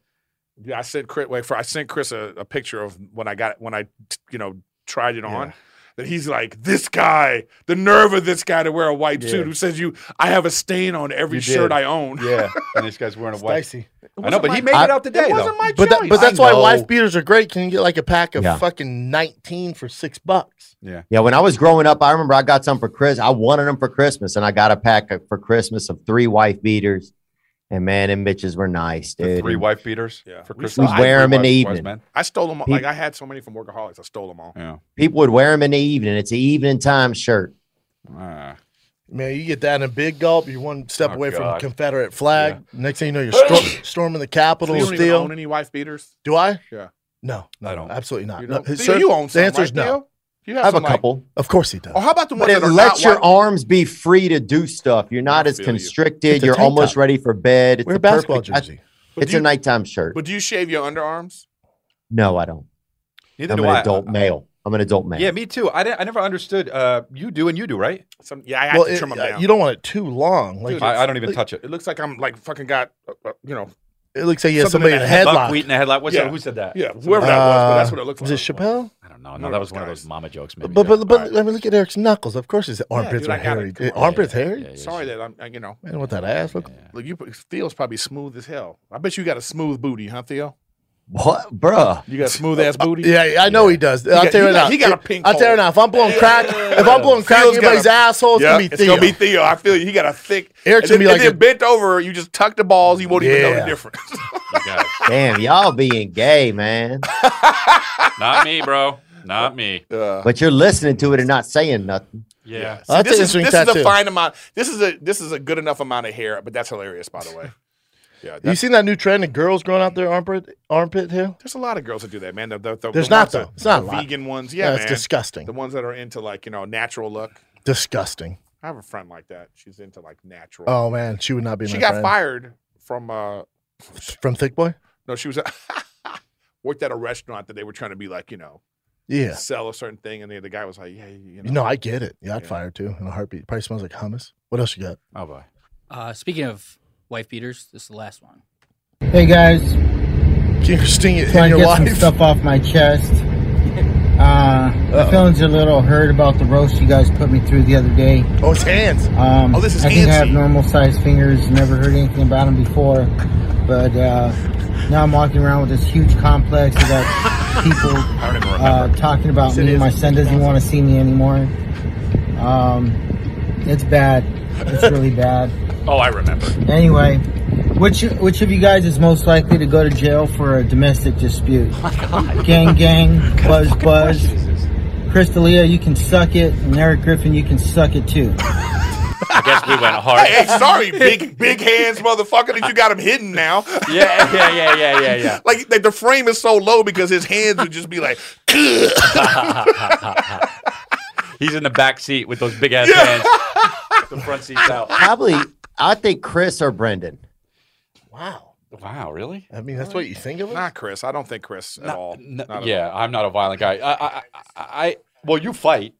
Yeah, I sent Chris. Wait for I sent Chris a, a picture of when I got when I you know tried it on, that he's like this guy, the nerve of this guy to wear a white
Yeah.
suit who says you, I have a stain on every
You did.
shirt I own.
Yeah, and this guy's wearing a white.
dicey.
I know, but he made it out today. though.
But, that- but that's why
know.
wife beaters are great. Can you get like a pack of
Yeah.
fucking 19 for six bucks?
Yeah.
Yeah, when I was growing up, I remember I got some for Chris. I wanted them for Christmas, and I got a pack of, for Christmas of three wife beaters. And man, them bitches were nice, dude.
Three
And
wife beaters.
Yeah.
For
We
Christmas.
wear 'em in
Wise-
the
wise
evening.
men.
I stole them. all.
He-
Like I had so many from workaholics, I stole them all.
Yeah.
People would wear them in the evening. It's an evening time shirt.
Ah.
Man, you get that in a big gulp, you're one step
Oh,
away from
God.
the Confederate flag. Next thing you know, you're storm, storming the
So
Capitol
you
with
don't even
steel.
own any wife beaters?
Do I?
Yeah.
No, no,
I don't.
Absolutely not.
You
No,
don't? Theo,
sir,
you own
the
some,
answer is
right,
no.
Theo? You have
I have a
some, like-
couple.
Of course he does.
Oh, how about the
But
ones
it
that are
lets
not
your
white?
arms be free to do stuff. You're not as constricted.
It's a
You're
tank
almost
top.
ready for bed. It's
Wear a
the
basketball
perfect- I-
jersey. But
It's
do
a
you-
nighttime shirt.
But do you shave your underarms?
No, I don't.
Neither
I'm
do
an
I.
adult male. I'm an adult man.
Yeah, me too. I, didn't, I never understood. Uh, you do and you do, right?
Some, yeah, I have
Well,
to
it-
trim them
uh,
down.
you don't want it too long. Like
Dude, I- I don't even touch it.
It looks like I'm like fucking got, uh, uh, you know.
It looks like you had
something
somebody in a
that-
headlock.
Buckwheat in a headlock. What's
Yeah.
that? Who said that?
Yeah, whoever that was, but that's what it looks
was
like.
it Chappelle?
I don't know. No, that was one of those mama jokes. Maybe.
But but, but let me look at Eric's knuckles. Of course, his armpits
dude, I
are
got it.
hairy.
Come
Uh,
on.
Armpits hairy.
Sorry that I'm, I- you know.
Man, what that ass look?
Look, you Theo's probably smooth as hell. I bet you got a smooth booty, huh, Theo?
What, bruh?
You got smooth ass booty.
Uh, Yeah, I know he does. I'll
got-
tell you
he
right
got-
now.
he got a pink
I'll tell
hole.
you right now. If I'm blowing crack, if I'm blowing crack,
Theo's got
anybody's
a-
asshole, it's gonna
Yeah,
be Theo.
It's gonna be Theo. I feel you. He got a thick.
Eric's
and then,
gonna be
and
like
then bent over. You just tuck the balls. You won't even know
Yeah.
the difference.
Damn, y'all being gay, man.
Not me, bro. Not me.
Uh,
But you're listening to it and not saying nothing.
yeah.
See, this is, this is a fine amount. This is a this is a good enough amount of hair, but that's hilarious, by the way. Yeah,
You seen that new trend of girls growing out their armpit armpit hair?
There's a lot of girls that do that, man. The, the, the,
There's
the
not,
ones that-
though. It's not a
the
lot.
vegan ones. Yeah,
No,
man.
it's disgusting.
The ones that are into like you know natural look.
Disgusting.
I have a friend like that. She's into like natural.
Oh man, she would not be.
she
my
got
friend.
fired from. uh
from Thick Boy.
No, she was worked at a restaurant that they were trying to be like you know.
Yeah.
Sell a certain thing, and the, the guy was like, "Yeah, you know."
No, I get it. Yeah, I'd fire too in a heartbeat. Probably smells like hummus. What else you got?
Oh boy.
Uh, speaking of wife beaters, this is the last one.
Hey guys.
Can you sting it
so
in
I
your
get some
life?
stuff off my chest. Uh, my feelings are a little hurt about the roast you guys put me through the other day.
Oh, it's hands.
Um,
Oh, this is
I think I have
antsy.
normal sized fingers. Never heard anything about them before, but uh, now I'm walking around with this huge complex. I got people uh, talking about
Yes, it
me.
is.
My son doesn't want to see me anymore. Um, it's bad. It's really bad.
Oh, I remember.
Anyway, which which of you guys is most likely to go to jail for a domestic dispute? Gang, gang, buzz, buzz. Crystalia, you can suck it, and Eric Griffin, you can suck it too.
I guess we went hard.
Hey, hey, sorry, big big hands, motherfucker, that you got him hidden now.
Yeah, yeah, yeah, yeah, yeah, yeah.
Like, like the frame is so low because his hands would just be like,
He's in the back seat with those big ass hands. The front seat's out.
Probably, I think Chris or Brendan.
Wow.
Wow, really?
I mean, that's what you think of it.
Not Chris. I don't think Chris at all. Not at
Yeah, I'm not a violent guy. I, I, I, I well, you fight.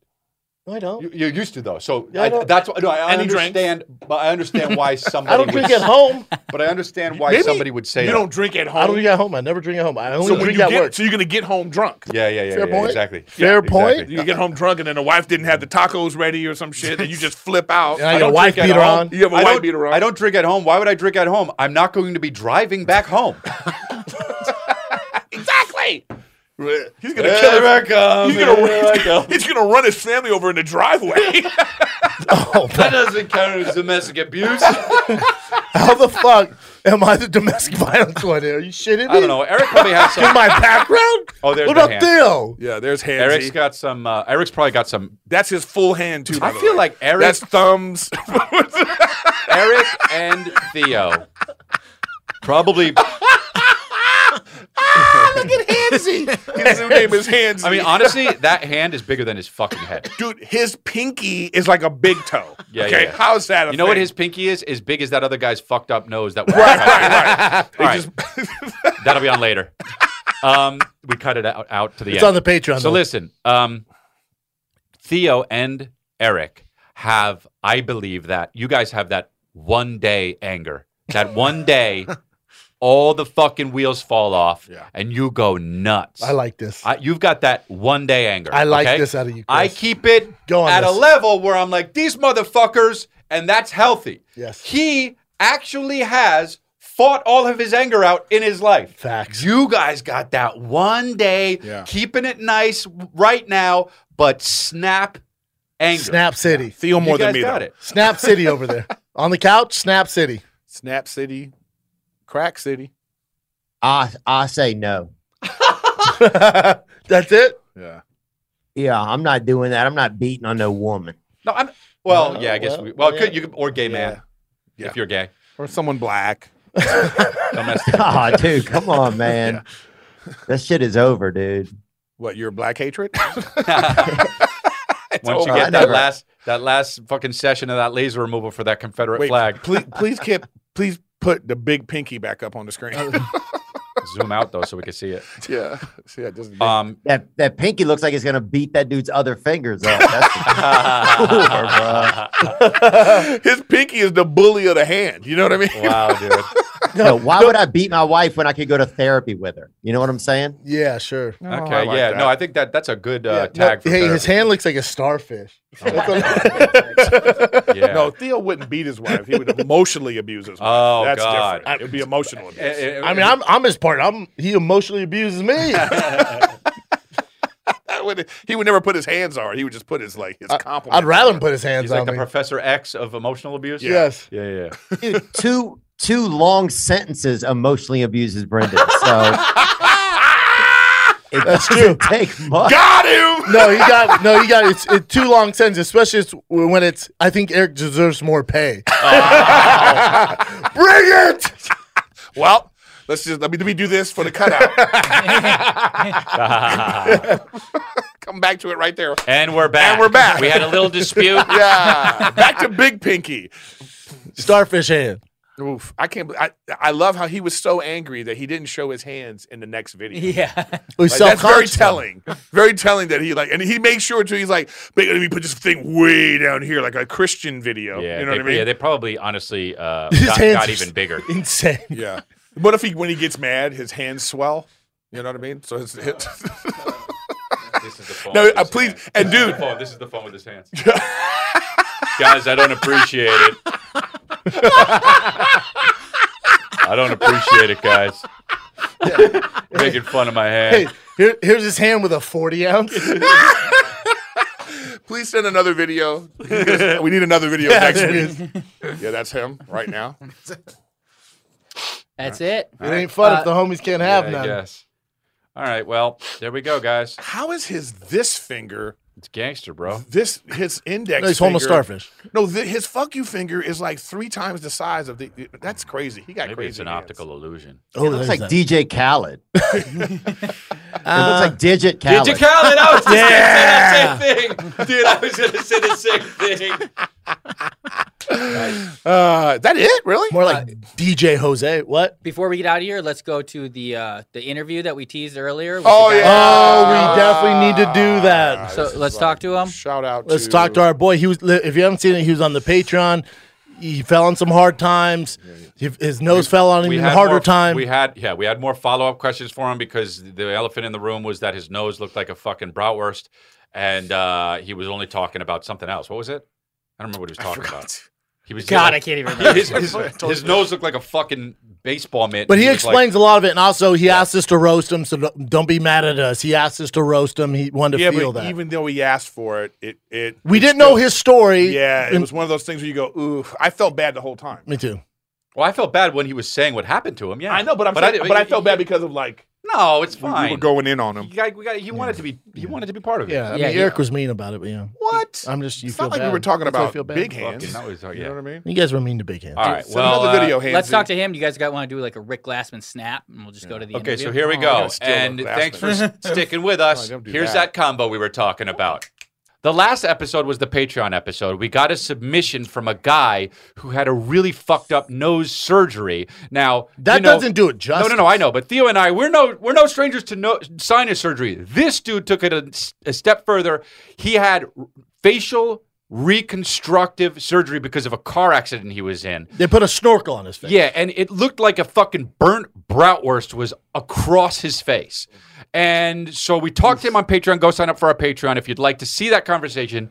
No, I don't.
You, you're used to though, so
Yeah, I
I
don't-
that's why. No, I, I
And he drinks.
understand, but I understand why somebody.
don't
would
drink
s-
at home.
but I understand why
Maybe
somebody would say
you
that.
don't drink at home.
I don't drink at home. I never drink at home. I only
so when
drink
you
at
get,
work.
so you're gonna get home drunk.
Yeah, yeah, yeah,
Fair
yeah,
point.
exactly.
Fair
Yeah,
point.
exactly.
You get home drunk, and then the wife didn't have the tacos ready or some shit, and you just flip out.
I got a
don't
wife
drink at
beater
home.
on.
You have a
I
wife
don't-
beater on.
I don't drink at home. Why would I drink at home? I'm not going to be driving back home.
exactly. He's gonna
Here
kill him.
I come,
he's, gonna,
here I come.
he's gonna run his family over in the driveway. Oh,
that doesn't count as domestic abuse.
How the fuck am I the domestic violence one? Are you shitting me?
I don't know. Eric probably has some-
In my background.
Oh, there's
what
the
about
hand.
Theo?
yeah, there's hands.
Eric's got some. Uh, Eric's probably got some.
That's his full hand too.
I feel like Eric,
That's thumbs.
Eric, and Theo probably.
Look at Hansy. His new name is Hansy.
I mean, honestly, that hand is bigger than his fucking head.
dude, his pinky is like a big toe.
Yeah,
okay,
yeah, yeah.
how's that? A
You know what
thing?
his pinky is? As big as that other guy's fucked up nose. That right, All right. that'll be on later. Um, we cut it out, out to the
It's
end.
on the Patreon,
So
though.
listen, um, Theo and Eric have, I believe that you guys have that one day anger. That one day all the fucking wheels fall off, and you go nuts.
I like this.
I, you've got that one day anger.
I like
okay?
this out of you,
I
Chris.
keep it
Go on
at
this.
a level where I'm like, these motherfuckers, and that's healthy.
Yes.
He actually has fought all of his anger out in his life.
Facts.
You guys got that one day,
Yeah.
keeping it nice right now, but snap anger.
Snap City.
Theo You more than guys me, got though. it.
Snap City over there. On the couch, Snap City.
Snap City, Crack City.
I I say no.
That's it.
Yeah.
Yeah, I'm not doing that. I'm not beating on no woman.
No, I'm. Well,
Uh,
yeah, I guess.
well,
we, well,
yeah.
could you could- or gay man
Yeah.
if you're gay.
Or someone black.
Ah, dude, come on, man. That shit is over, dude.
What, you're black hatred?
Once you
over. I
get that
never-
last that last fucking session of that laser removal for that Confederate flag,
Please, please, Kip, please put the big pinky back up on the screen.
zoom out though so we can see it.
yeah. See, that doesn't.
Um,
That that pinky looks like it's gonna beat that dude's other fingers off. That's
His pinky is the bully of the hand. You know what I mean?
Wow, dude.
no, why would I beat my wife when I could go to therapy with her? You know what I'm saying?
Yeah, sure.
okay, yeah, no, Oh, I think that that's a good uh, tag. for
hey,
therapy.
his hand looks like a starfish.
Yeah.
No, Theo wouldn't beat his wife. He would emotionally abuse his wife.
Oh,
That's
God.
different. It would be emotional
Eh,
abuse.
I mean, I'm I'm his part. I'm he emotionally abuses me.
That would- he would never put his hands on her. He would just put his like his compliments.
I'd rather him put his hands
He's like
on
the
me.
Professor X of emotional abuse.
Yeah. Yes.
Yeah, yeah. yeah.
Dude, two two long sentences emotionally abuses Brendan. So it
That's
doesn't Take much.
him.
no, he got no, he got it's it, too long sentence, especially it's, when it's. I think Eric deserves more pay.
Oh.
Bring it.
Well, let's just let me, let me do this for the cutout. Come back to it right there.
And we're back.
And we're back.
We had a little dispute.
yeah. Back to Big Pinky.
Starfish hand.
Oof. I can't. be- I I love how he was so angry that he didn't show his hands in the next video.
Yeah.
Like,
was
that's very
self-conscious.
telling. Very telling that he like, and he makes sure too. He's like, "Babe, let me put this thing way down here, like a Christian video.
Yeah,
you know
they,
what I mean?
yeah, they probably honestly uh,
His
got,
hands
got
are
even bigger.
Insane.
Yeah. What if he when he gets mad, his hands swell? You know what I mean? So his, his
This is the phone.
no,
with
uh,
his
please,
hands.
and
This is
dude,
the phone- this is the phone with his hands. Guys, I don't appreciate it. I don't appreciate it, guys. Making fun of my
Hey,
hand.
here, here's his hand with a forty ounce.
please send another video. He's gonna- we need another video
Yeah,
next
there
week. Yeah, that's him right now.
That's it.
It ain't fun if the homies can't have
Yeah, I
none.
guess. All right, well, there we go, guys.
How is his this finger?
It's gangster, bro.
This his index.
No, he's holding a
finger-
starfish.
No, th- his fuck you finger is like three times the size of the. That's crazy. He got
Maybe it's
crazy.
an optical illusion.
Oh,
It looks like DJ Khaled. it
Uh,
looks like Digit Khaled.
Did you call it? I was just gonna say that same thing, dude. I was gonna say the same thing.
Uh, that it? Really?
More like DJ Jose. What?
Uh, Before we get out of here, let's go to the uh, the interview that we teased earlier. with
Oh,
the guy-
Oh, we definitely need to do that.
So let's talk to him.
Shout out.
Let's talk to our boy. He was. If you haven't seen it, he was on the Patreon. He fell on some hard times. He- His nose fell on an even
had
harder
more,
time.
We had yeah, we had more follow up questions for him because the elephant in the room was that his nose looked like a fucking bratwurst, and uh, he was only talking about something else. What was it? I don't remember what he was talking about. He was
God,
like-
I can't even remember.
His, his- his nose looked like a fucking baseball mitt.
But he,
was like-
explains a lot of it, and also he asked us to roast him, so don't, don't be mad at us. He asked us to roast him. He wanted to
yeah,
feel
but
that.
even though he asked for it, it it
we
it
didn't
still-
know his story.
Yeah, it
and-
was one of those things where you go, ooh, I felt bad the whole time.
me too.
well, I felt bad when he was saying what happened to him. Yeah,
I know, but I'm saying-
didn't-
but I felt bad because of like
No, it's
we,
fine.
we were going in on him.
You got- we got- he wanted to be. He wanted to be part of it.
Yeah, I mean,
he-
Eric was mean about it, but yeah.
What?
I'm just, you
It's
feel
not like
bad.
we were talking
That's why I
about
feel bad.
big
Fucking,
hands.
that was- uh,
You know
yeah.
what I mean?
You guys were mean to Big Hands.
All right.
Send
Well,
another
uh,
video, Hansy.
Let's talk to him. You guys got want to do like a Rick Glassman snap, and we'll just go to the
Okay, so
interview?
here we
Oh,
I
go.
gotta steal
And
the
thanks for
bastard.
s- sticking with us.
No, don't do
Here's that.
that.
combo we were talking about. The last episode was the Patreon episode. We got a submission from a guy who had a really fucked up nose surgery. Now
That
you know-
doesn't do it
No,
justice.
no, no. I know, but Theo and I, we're no, we're no strangers to no, sinus surgery. This dude took it a, s- a step further. He had r- facial reconstructive surgery because of a car accident he was in.
They put a snorkel on his face.
Yeah, and it looked like a fucking burnt bratwurst was across his face. And so we talked to him on Patreon. Go sign up for our Patreon if you'd like to see that conversation.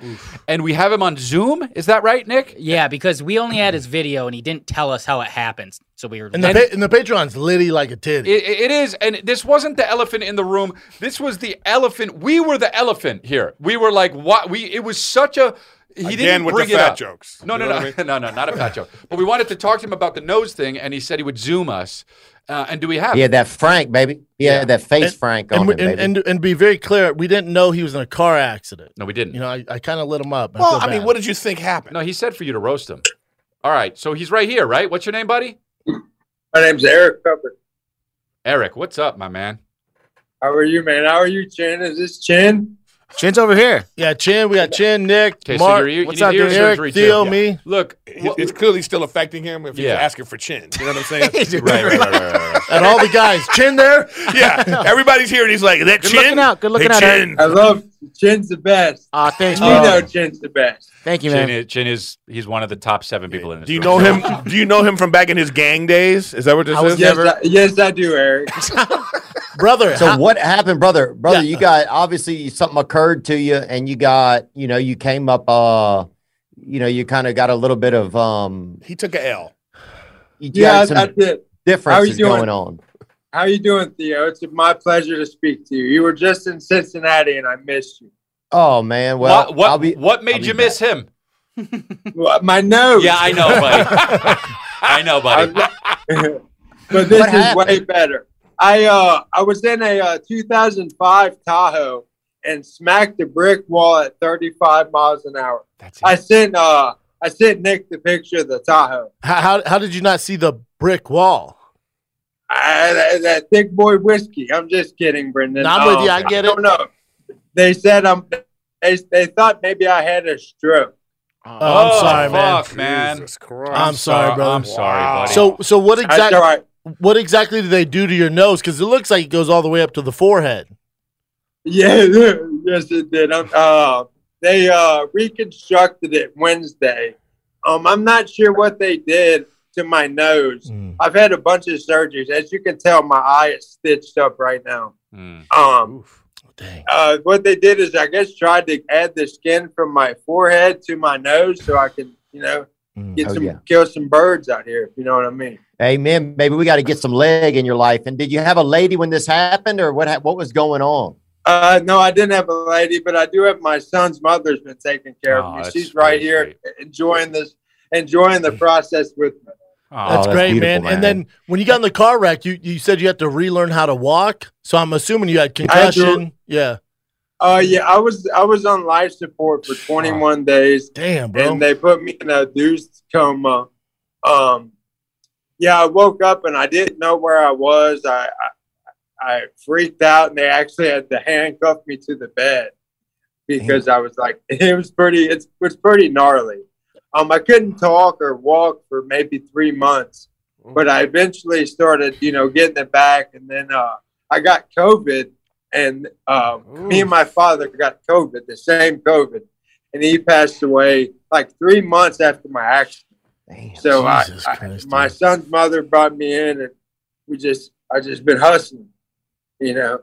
And we have him on Zoom. Is that right, Nick?
Yeah, because we only had his video and he didn't tell us how it happens. So we were
And the, pa- and the Patreon's litty like a titty.
It, it is, and this wasn't the elephant in the room. This was the elephant. We were the elephant here. We were like, what? We. It was such a. He
Again
didn't
with the
bring it
fat
up.
jokes.
No,
You
no,
know
no,
what
no, no, not a fat joke. But we wanted to talk to him about the nose thing, and he said he would zoom us. Uh, and do we have?
He
it?
had that Frank, baby. He had that face Frank on
And, we-
him,
and,
baby.
and, and be very clear, we didn't know he was in a car accident.
No, we didn't.
You know, I, I kind of lit him up.
Well, I mean,
what
did you think happened?
No, he said for you to roast him. All right, so he's right here, right? What's your name, buddy?
My name's Eric Pepper.
Eric. What's up, my man?
How are you, man? How are you, Chin? Is this Chin?
Chin's over here. Yeah, Chin. We got Chin, Nick,
Okay, so
Mark.
you're- you
what's
need
up,
ear
dude? Eric,
surgery too.
Theo,
Yeah.
me.
Look,
it's clearly still affecting him if
Yeah.
he's asking for chin. You know what I'm saying?
Right, right, right, And all the guys, Chin there.
Yeah, everybody's here, and he's like, "That
Good
chin,
looking out, good looking
hey,
out,
Chin.
I love Chin's the best.
Ah, thanks.
You
man.
know Chin's the best.
Thank
Chin is, Chin is he's one of the top seven people in this.
Do you
room.
know him? Do you know him from back in his gang days? Is that what this
I was
is?
never-
Yes, I do, Eric.
brother.
So what happened, brother? Brother, you got obviously something occurred to you, and you got you know you came up. uh You know you kind of got a little bit of um.
He took a L.
You
Yeah,
got
I- I
some
did. How you
differences
doing?
going on.
How you doing, Theo? It's my pleasure to speak to you. You were just in Cincinnati, and I missed you.
Oh man, well,
What- what-
I'll be,
What made you miss him?
Well, My nose.
Yeah, I know, buddy. I know, buddy.
but this is way better. I uh, I was in a uh, 2005 Tahoe and smacked a brick wall at 35 miles an hour. That's I sent uh, I sent Nick the picture of the Tahoe.
How, how how did you not see the brick wall?
I, that, that thick boy whiskey. I'm just kidding, Brendan.
No, I'm with you. I get
it. don't know. They said I'm. They, they thought maybe I had a stroke.
Oh, I'm sorry, man.
fuck, man. Jesus
Christ.
I'm sorry, brother.
I'm sorry, buddy.
So so what
That's
exactly
all right.
what exactly do they do to your nose? Because it looks like it goes all the way up to the forehead.
Yeah, yes, it did. Um, uh, they uh, reconstructed it Wednesday. Um, I'm not sure what they did to my nose. I've had a bunch of surgeries. As you can tell, my eye is stitched up right now. Um, Uh, what they did is, I guess, tried to add the skin from my forehead to my nose so I can, you know, get
Oh,
some,
yeah.
kill some birds out here, if you know what I mean.
Amen. Maybe we got to get some leg in your life. And did you have a lady when this happened, or what? ha- What was going on?
Uh, no, I didn't have a lady, but I do have my son's mother's been taking care
Aw,
of me.
that's
She's right here enjoying this, enjoying the process with me.
Oh, that's, great, man. And then when you got in the car wreck, you, you said you had to relearn how to walk. So I'm assuming you had
had to-
concussion. Yeah.
uh, yeah, I was I was on life support for 21 days.
Damn, bro.
And they put me in a induced coma. Um, yeah, I woke up and I didn't know where I was. I I, I freaked out, and they actually had to handcuff me to the bed because I was like, it was pretty. It's it's pretty gnarly. Um, I couldn't talk or walk for maybe three months, but I eventually started, you know, getting it back, and then uh, I got COVID, and um, me and my father got COVID, the same COVID, and he passed away like three months after my accident. so I, I- my son's mother brought me in, and we just, I just been hustling, you know.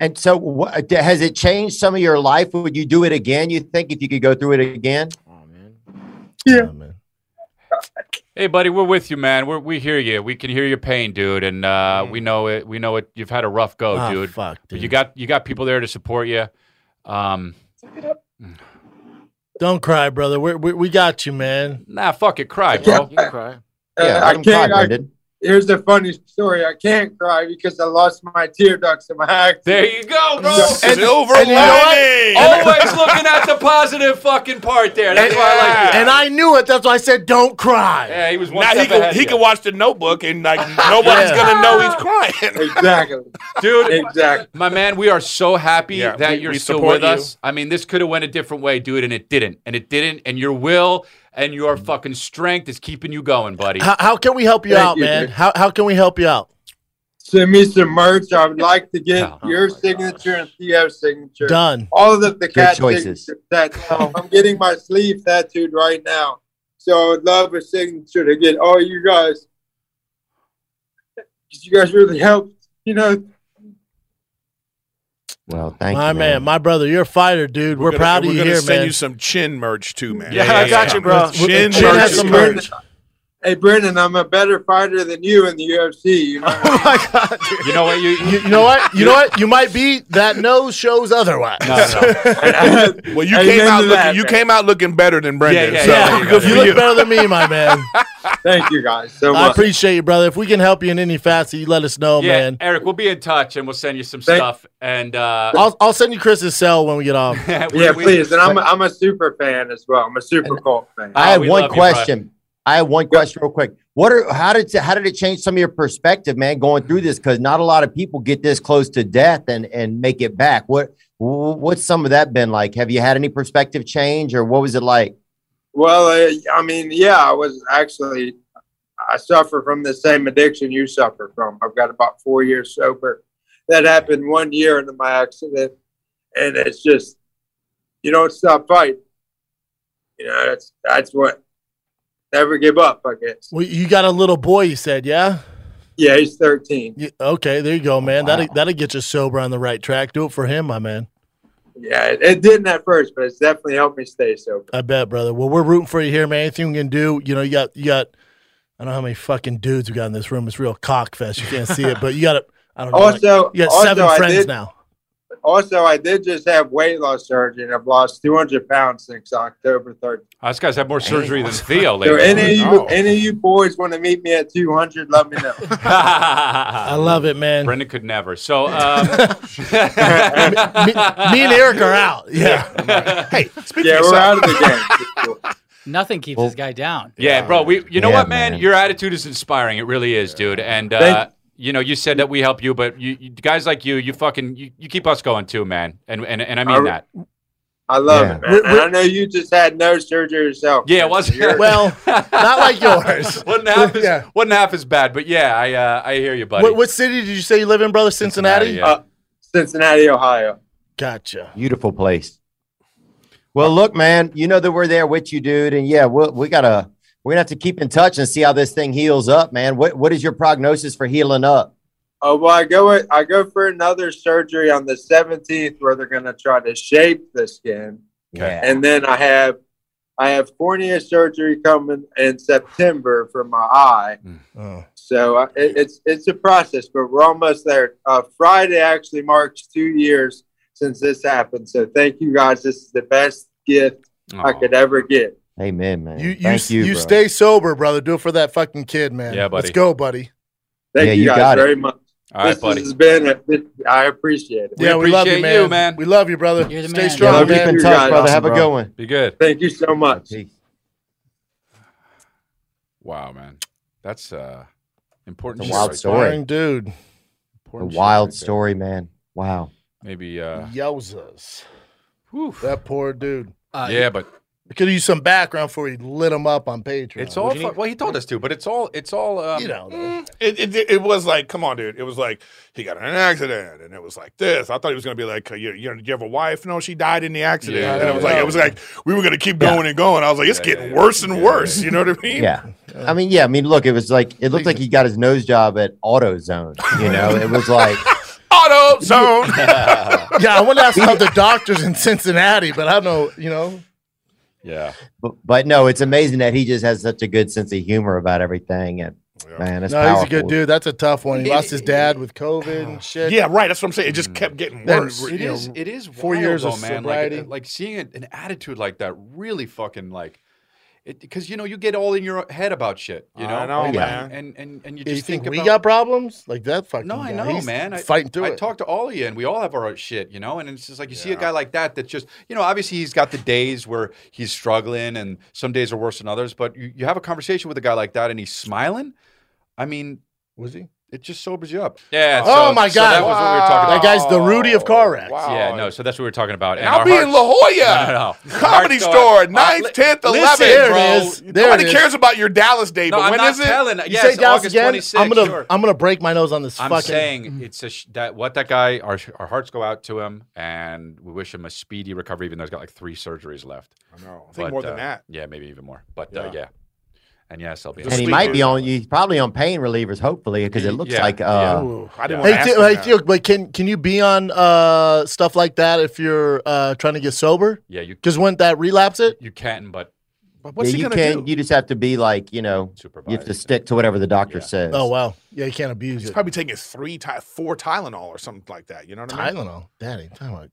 And so, wha- d- has it changed some of your life? Would you do it again? You think if you could go through it again?
Yeah.
Hey, buddy, we're with you, man. We're, we hear you. We can hear your pain, dude, and uh, we know it. We know it. You've had a rough go,
Ah,
dude.
fuck,
But you got you got people there to support you. Um,
Don't cry, brother. We we we got you, man.
nah, fuck it, cry, bro.
You can
cry.
Uh, I can't. I, here's the funny story. I can't cry because I lost my tear ducts in my accident.
There you go, bro.
So-
and you know what? Always looking at the positive fucking part there. That's why I like you.
And I knew it. That's why I said don't cry.
Yeah, he was one
Now
step
he can
ahead,
he
yeah.
can watch the Notebook and like nobody's
Yeah.
gonna know he's crying.
Exactly,
dude.
Exactly,
my man. We are so happy that
we-
you're
we
still
support
with
you.
us. I mean, this could have went a different way, dude, and it didn't. And it didn't. And your will and your fucking strength is keeping you going, buddy.
How, how can we help you
Thank
out,
you,
man?
dude.
How how can we help you out?
Send me some merch. I would like to get your signature and Theo's signature.
Done.
All of the, the
Good
cat
choices.
signature tattoo. I'm getting my sleeve tattooed right now. So I would love a signature to get all you guys. 'Cause You guys really helped, you know,
Well, thank
my
you.
man. my brother, you're a fighter, dude. We're,
gonna-
proud of
we're
you
gonna
here,
send
man.
you some chin merch too, man.
Yeah, I got you, bro.
Chin
Chin
merch.
has
is
some
great.
merch. Hey, Brendan, I'm a better fighter than you in the UFC. You know? oh my god!
You know what? You,
you, you know what? You know what? You might be that nose shows otherwise.
Well, you
Amen
came out
to
looking.
that,
you
man.
came out looking better than Brendan.
Yeah, yeah,
so
yeah.
good for
you look better than me, my man.
Thank you guys so
I
much.
appreciate you, brother. If we can help you in any facet, you let us know,
yeah,
man.
Eric, we'll be in touch and we'll send you some stuff. And uh,
I'll, I'll send you Chris's cell when we get off.
yeah, please. And I'm a, I'm a super fan as well. I'm a super cult fan.
I have one question. I have one question, real quick. What are how did how did it change some of your perspective, man, going through this? Because not a lot of people get this close to death and and make it back. What wh- what's some of that been like? Have you had any perspective change, or what was it like?
Well, I, I mean, yeah, I was actually, I suffer from the same addiction you suffer from. I've got about four years sober. That happened one year into my accident. And it's just, you don't stop fighting. You know, that's, that's what, never give up, I guess.
Well, you got a little boy, you said, yeah?
Yeah, he's 13.
Yeah, okay, there you go, man. That'll, that'll get you sober on the right track. Do it for him, my man.
Yeah, it, it didn't at first, but it's definitely helped me stay sober.
I bet, brother. Well, we're rooting for you here, man. Anything we can do, you know, you got, you got, I don't know how many fucking dudes we got in this room. It's real cock fest. You can't see it, but you got, a- I don't know. like-
Also-
you got
also,
seven
I
friends
did-
now.
Also, I did just have weight loss surgery and I've lost 200 pounds since October 13th.
oh, this guy's had more surgery than Theo
So
lately. Oh.
any of you, any of you boys want to meet me at 200? Let me know.
I
love it, man.
Brendan could never. So, um,
me, me and Eric are out. Yeah.
hey,
speak Yeah, for we're yourself. out of
the
game. Nothing keeps this guy down.
Yeah, bro. We, you know
Yeah,
what, man? Your attitude is inspiring. It really is, dude. And uh, you know, you said that we help you, but you, you guys like you, you fucking, you, you keep us going too, man. And and, and I mean
I-
that.
I love
Yeah.
it, man.
We're-
And I know you just had no surgery yourself.
Yeah, it wasn't.
well, not like yours.
wasn't half as wasn't half as bad, but yeah, I uh, I hear you, buddy.
What, what city did you say you live in, brother? Cincinnati?
Cincinnati, yeah. Uh,
Cincinnati, Ohio.
Gotcha.
Beautiful place. Well, look, man, you know that we're there with you, dude, and yeah, we'll, we gotta we're gonna have to keep in touch and see how this thing heals up, man. What what is your prognosis for healing up?
Oh well, I go I go for another surgery on the 17th where they're gonna try to shape the skin,
Yeah.
and then I have I have cornea surgery coming in September for my eye. So uh, it, it's it's a process, but we're almost there. Uh, Friday actually marks two years since this happened. So thank you guys. This is the best gift I
Aw.
could ever get.
Amen, man.
You, you,
Thank you.
you
bro.
stay sober, brother. Do it for that fucking kid, man.
Yeah, buddy.
Let's go, buddy.
Thank
Yeah,
you,
you
guys
got it.
very much.
All right,
this
buddy.
has been. A, this, I appreciate it.
yeah, we love you, man. We love you, brother.
You're the
Stay
man.
strong,
Yeah,
man.
keep in touch, brother. Have a good
one.
Be good.
Thank you so much.
Wow, man, that's uh important.
It's a
shit
wild
right
story.
there.
Inspiring
dude.
A wild story, man. Wow.
Maybe uh,
Yowzas. That poor dude.
Uh,
yeah, but
Could have used some background before he lit him up on Patreon.
it's all. fu- well, he told us to, but it's all. It's all. Um,
You know,
Mm, it, it, it was like, come on, dude. It was like he got in an accident, and it was like this. I thought he was gonna be like, you, you, you have a wife? No, she died in the accident.
Yeah,
and it was
yeah,
like,
yeah.
it was like we were gonna keep going and going. I was like, it's getting worse and worse. You know what I mean?
Yeah. I mean, yeah. I mean, look, it was like it looked like he got his nose job at AutoZone. You know, it was like
Auto zone.
yeah, I want to ask about the doctors in Cincinnati, but I know, you know.
Yeah.
But, but no, it's amazing that he just has such a good sense of humor about everything. And man, that's
no,
powerful.
he's a good dude. That's a tough one. He lost his dad with COVID and shit.
Yeah, right. That's what I'm saying. It
Mm.
just kept getting
Then
worse.
it
It
you know,
is. It is
Um, four
wild,
years
though,
of
man.
sobriety.
Like, like seeing an, an attitude like that really fucking like. Because you know you get all in your head about shit, you know,
I know,
and,
man.
and and and you
Yeah,
just
you think,
think,
we
about
got problems like that? Fucking
No, I
guy.
know,
He's
man. I,
fighting through
I
it.
talk to all of you, and we all have our shit, you know. And it's just like you see a guy like that that just, you know, obviously he's got the days where he's struggling, and some days are worse than others. But you, you have a conversation with a guy like that, and he's smiling. I mean,
was he?
It just sobers you up.
Yeah,
oh
so-
my
so
God!
that was what we were talking
That
about.
guy's the Rudy of car wrecks.
Yeah, no. So that's what we were talking about.
I'll
our
be in
hearts-
La Jolla.
No, no, no.
Comedy
Our hearts go
store,
out. Uh, li-
ninth, tenth,
listen,
eleventh.
bro.
Nobody cares about your Dallas day,
No,
but
I'm
when
not
is it?
telling.
You
Yes,
say Dallas
August
again?
26th,
I'm gonna
sure.
I'm gonna break my nose on this
I'm
fucking.
saying it's a sh- that what that guy. Our our hearts go out to him, and we wish him a speedy recovery. Even though he's got like three surgeries left.
I know. I think more than
uh,
that.
Yeah, maybe even more. But yeah, uh,
Yeah.
yeah. and yes, I'll be.
and he might be on. He's probably on pain relievers, hopefully, because it looks
Yeah,
like. Uh,
yeah. Ooh,
I didn't
Hey, Theo, hey Theo, but can can you be on uh, stuff like that if you're uh, trying to get sober?
Yeah, you-
Because wouldn't that relapse it?
You can, but
But
yeah, you can. You just have to be like you know. You have to stick to whatever the doctor says.
Oh wow, yeah, you can't abuse
He's
it.
probably taking three, ty- four Tylenol or something like that. You know what I mean?
Tylenol, Daddy. Talking about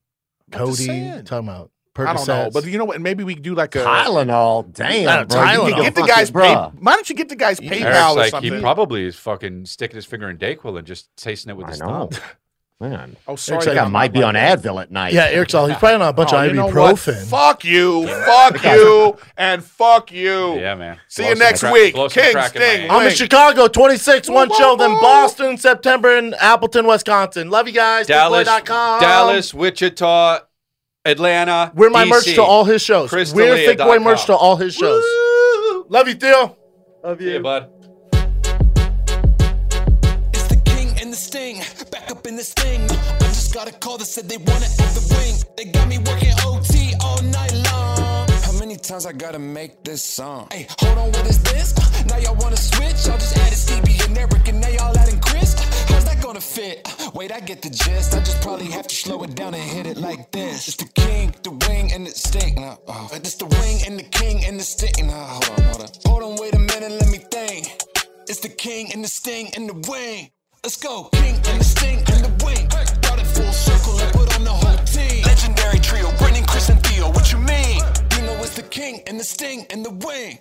I'm just
Cody.
saying.
Talking about
I don't know,
Percocets.
but you know what? Maybe we could do like a
Tylenol. Damn,
Yeah,
bro. You
Tylenol.
can
Get the
fucking-
guy's pay-
bruh.
Why don't you get the guy's PayPal
Eric's
or
like
something?
he probably is fucking sticking his finger in Dayquil and just tasting it with his
know.
thumb.
Man.
Oh,
sorry. Looks like I might be on Advil at night.
Yeah, Eric's all he's probably on a bunch
Oh,
of
you know what?
ibuprofen.
Fuck you, fuck you, and fuck you.
Yeah, man.
See
Blow
you
some
next
crack-
week.
blow some
King
crack in
Sting.
I'm in
Link.
Chicago, 26, one show, then Boston, September, and Appleton, Wisconsin. Love you guys.
Dallas,
thinkboy.com.
Dallas, Wichita, Atlanta.
We're my
DC.
merch to all his shows.
Chris
We're
D'Elia
Thick
dot
Boy
com.
merch to all his shows. Love you, Theo.
Love you, bud.
king and the sting. Back up in this thing. I just got a call that said they wanna add the wing. They got me working OT all night long. How many times I gotta make this song? Hey, hold on, what is this? Uh, Now y'all wanna switch? Y'all just added Stevie and Eric, and now y'all adding Chris. Uh, How's that gonna fit? Uh, Wait, I get the gist. I just probably have to slow it down and hit it like this. It's the king, the wing, and the sting. Nah, oh, it's the wing and the king and the sting. Nah, hold on, hold on. Hold on, wait a minute, let me think. It's the king and the sting and the wing. Let's go, king and the sting and the wing. Brought it full circle and put on the whole team. Legendary trio, Brendan, Chris, and Theo. What you mean? You know it's the king and the sting and the wing.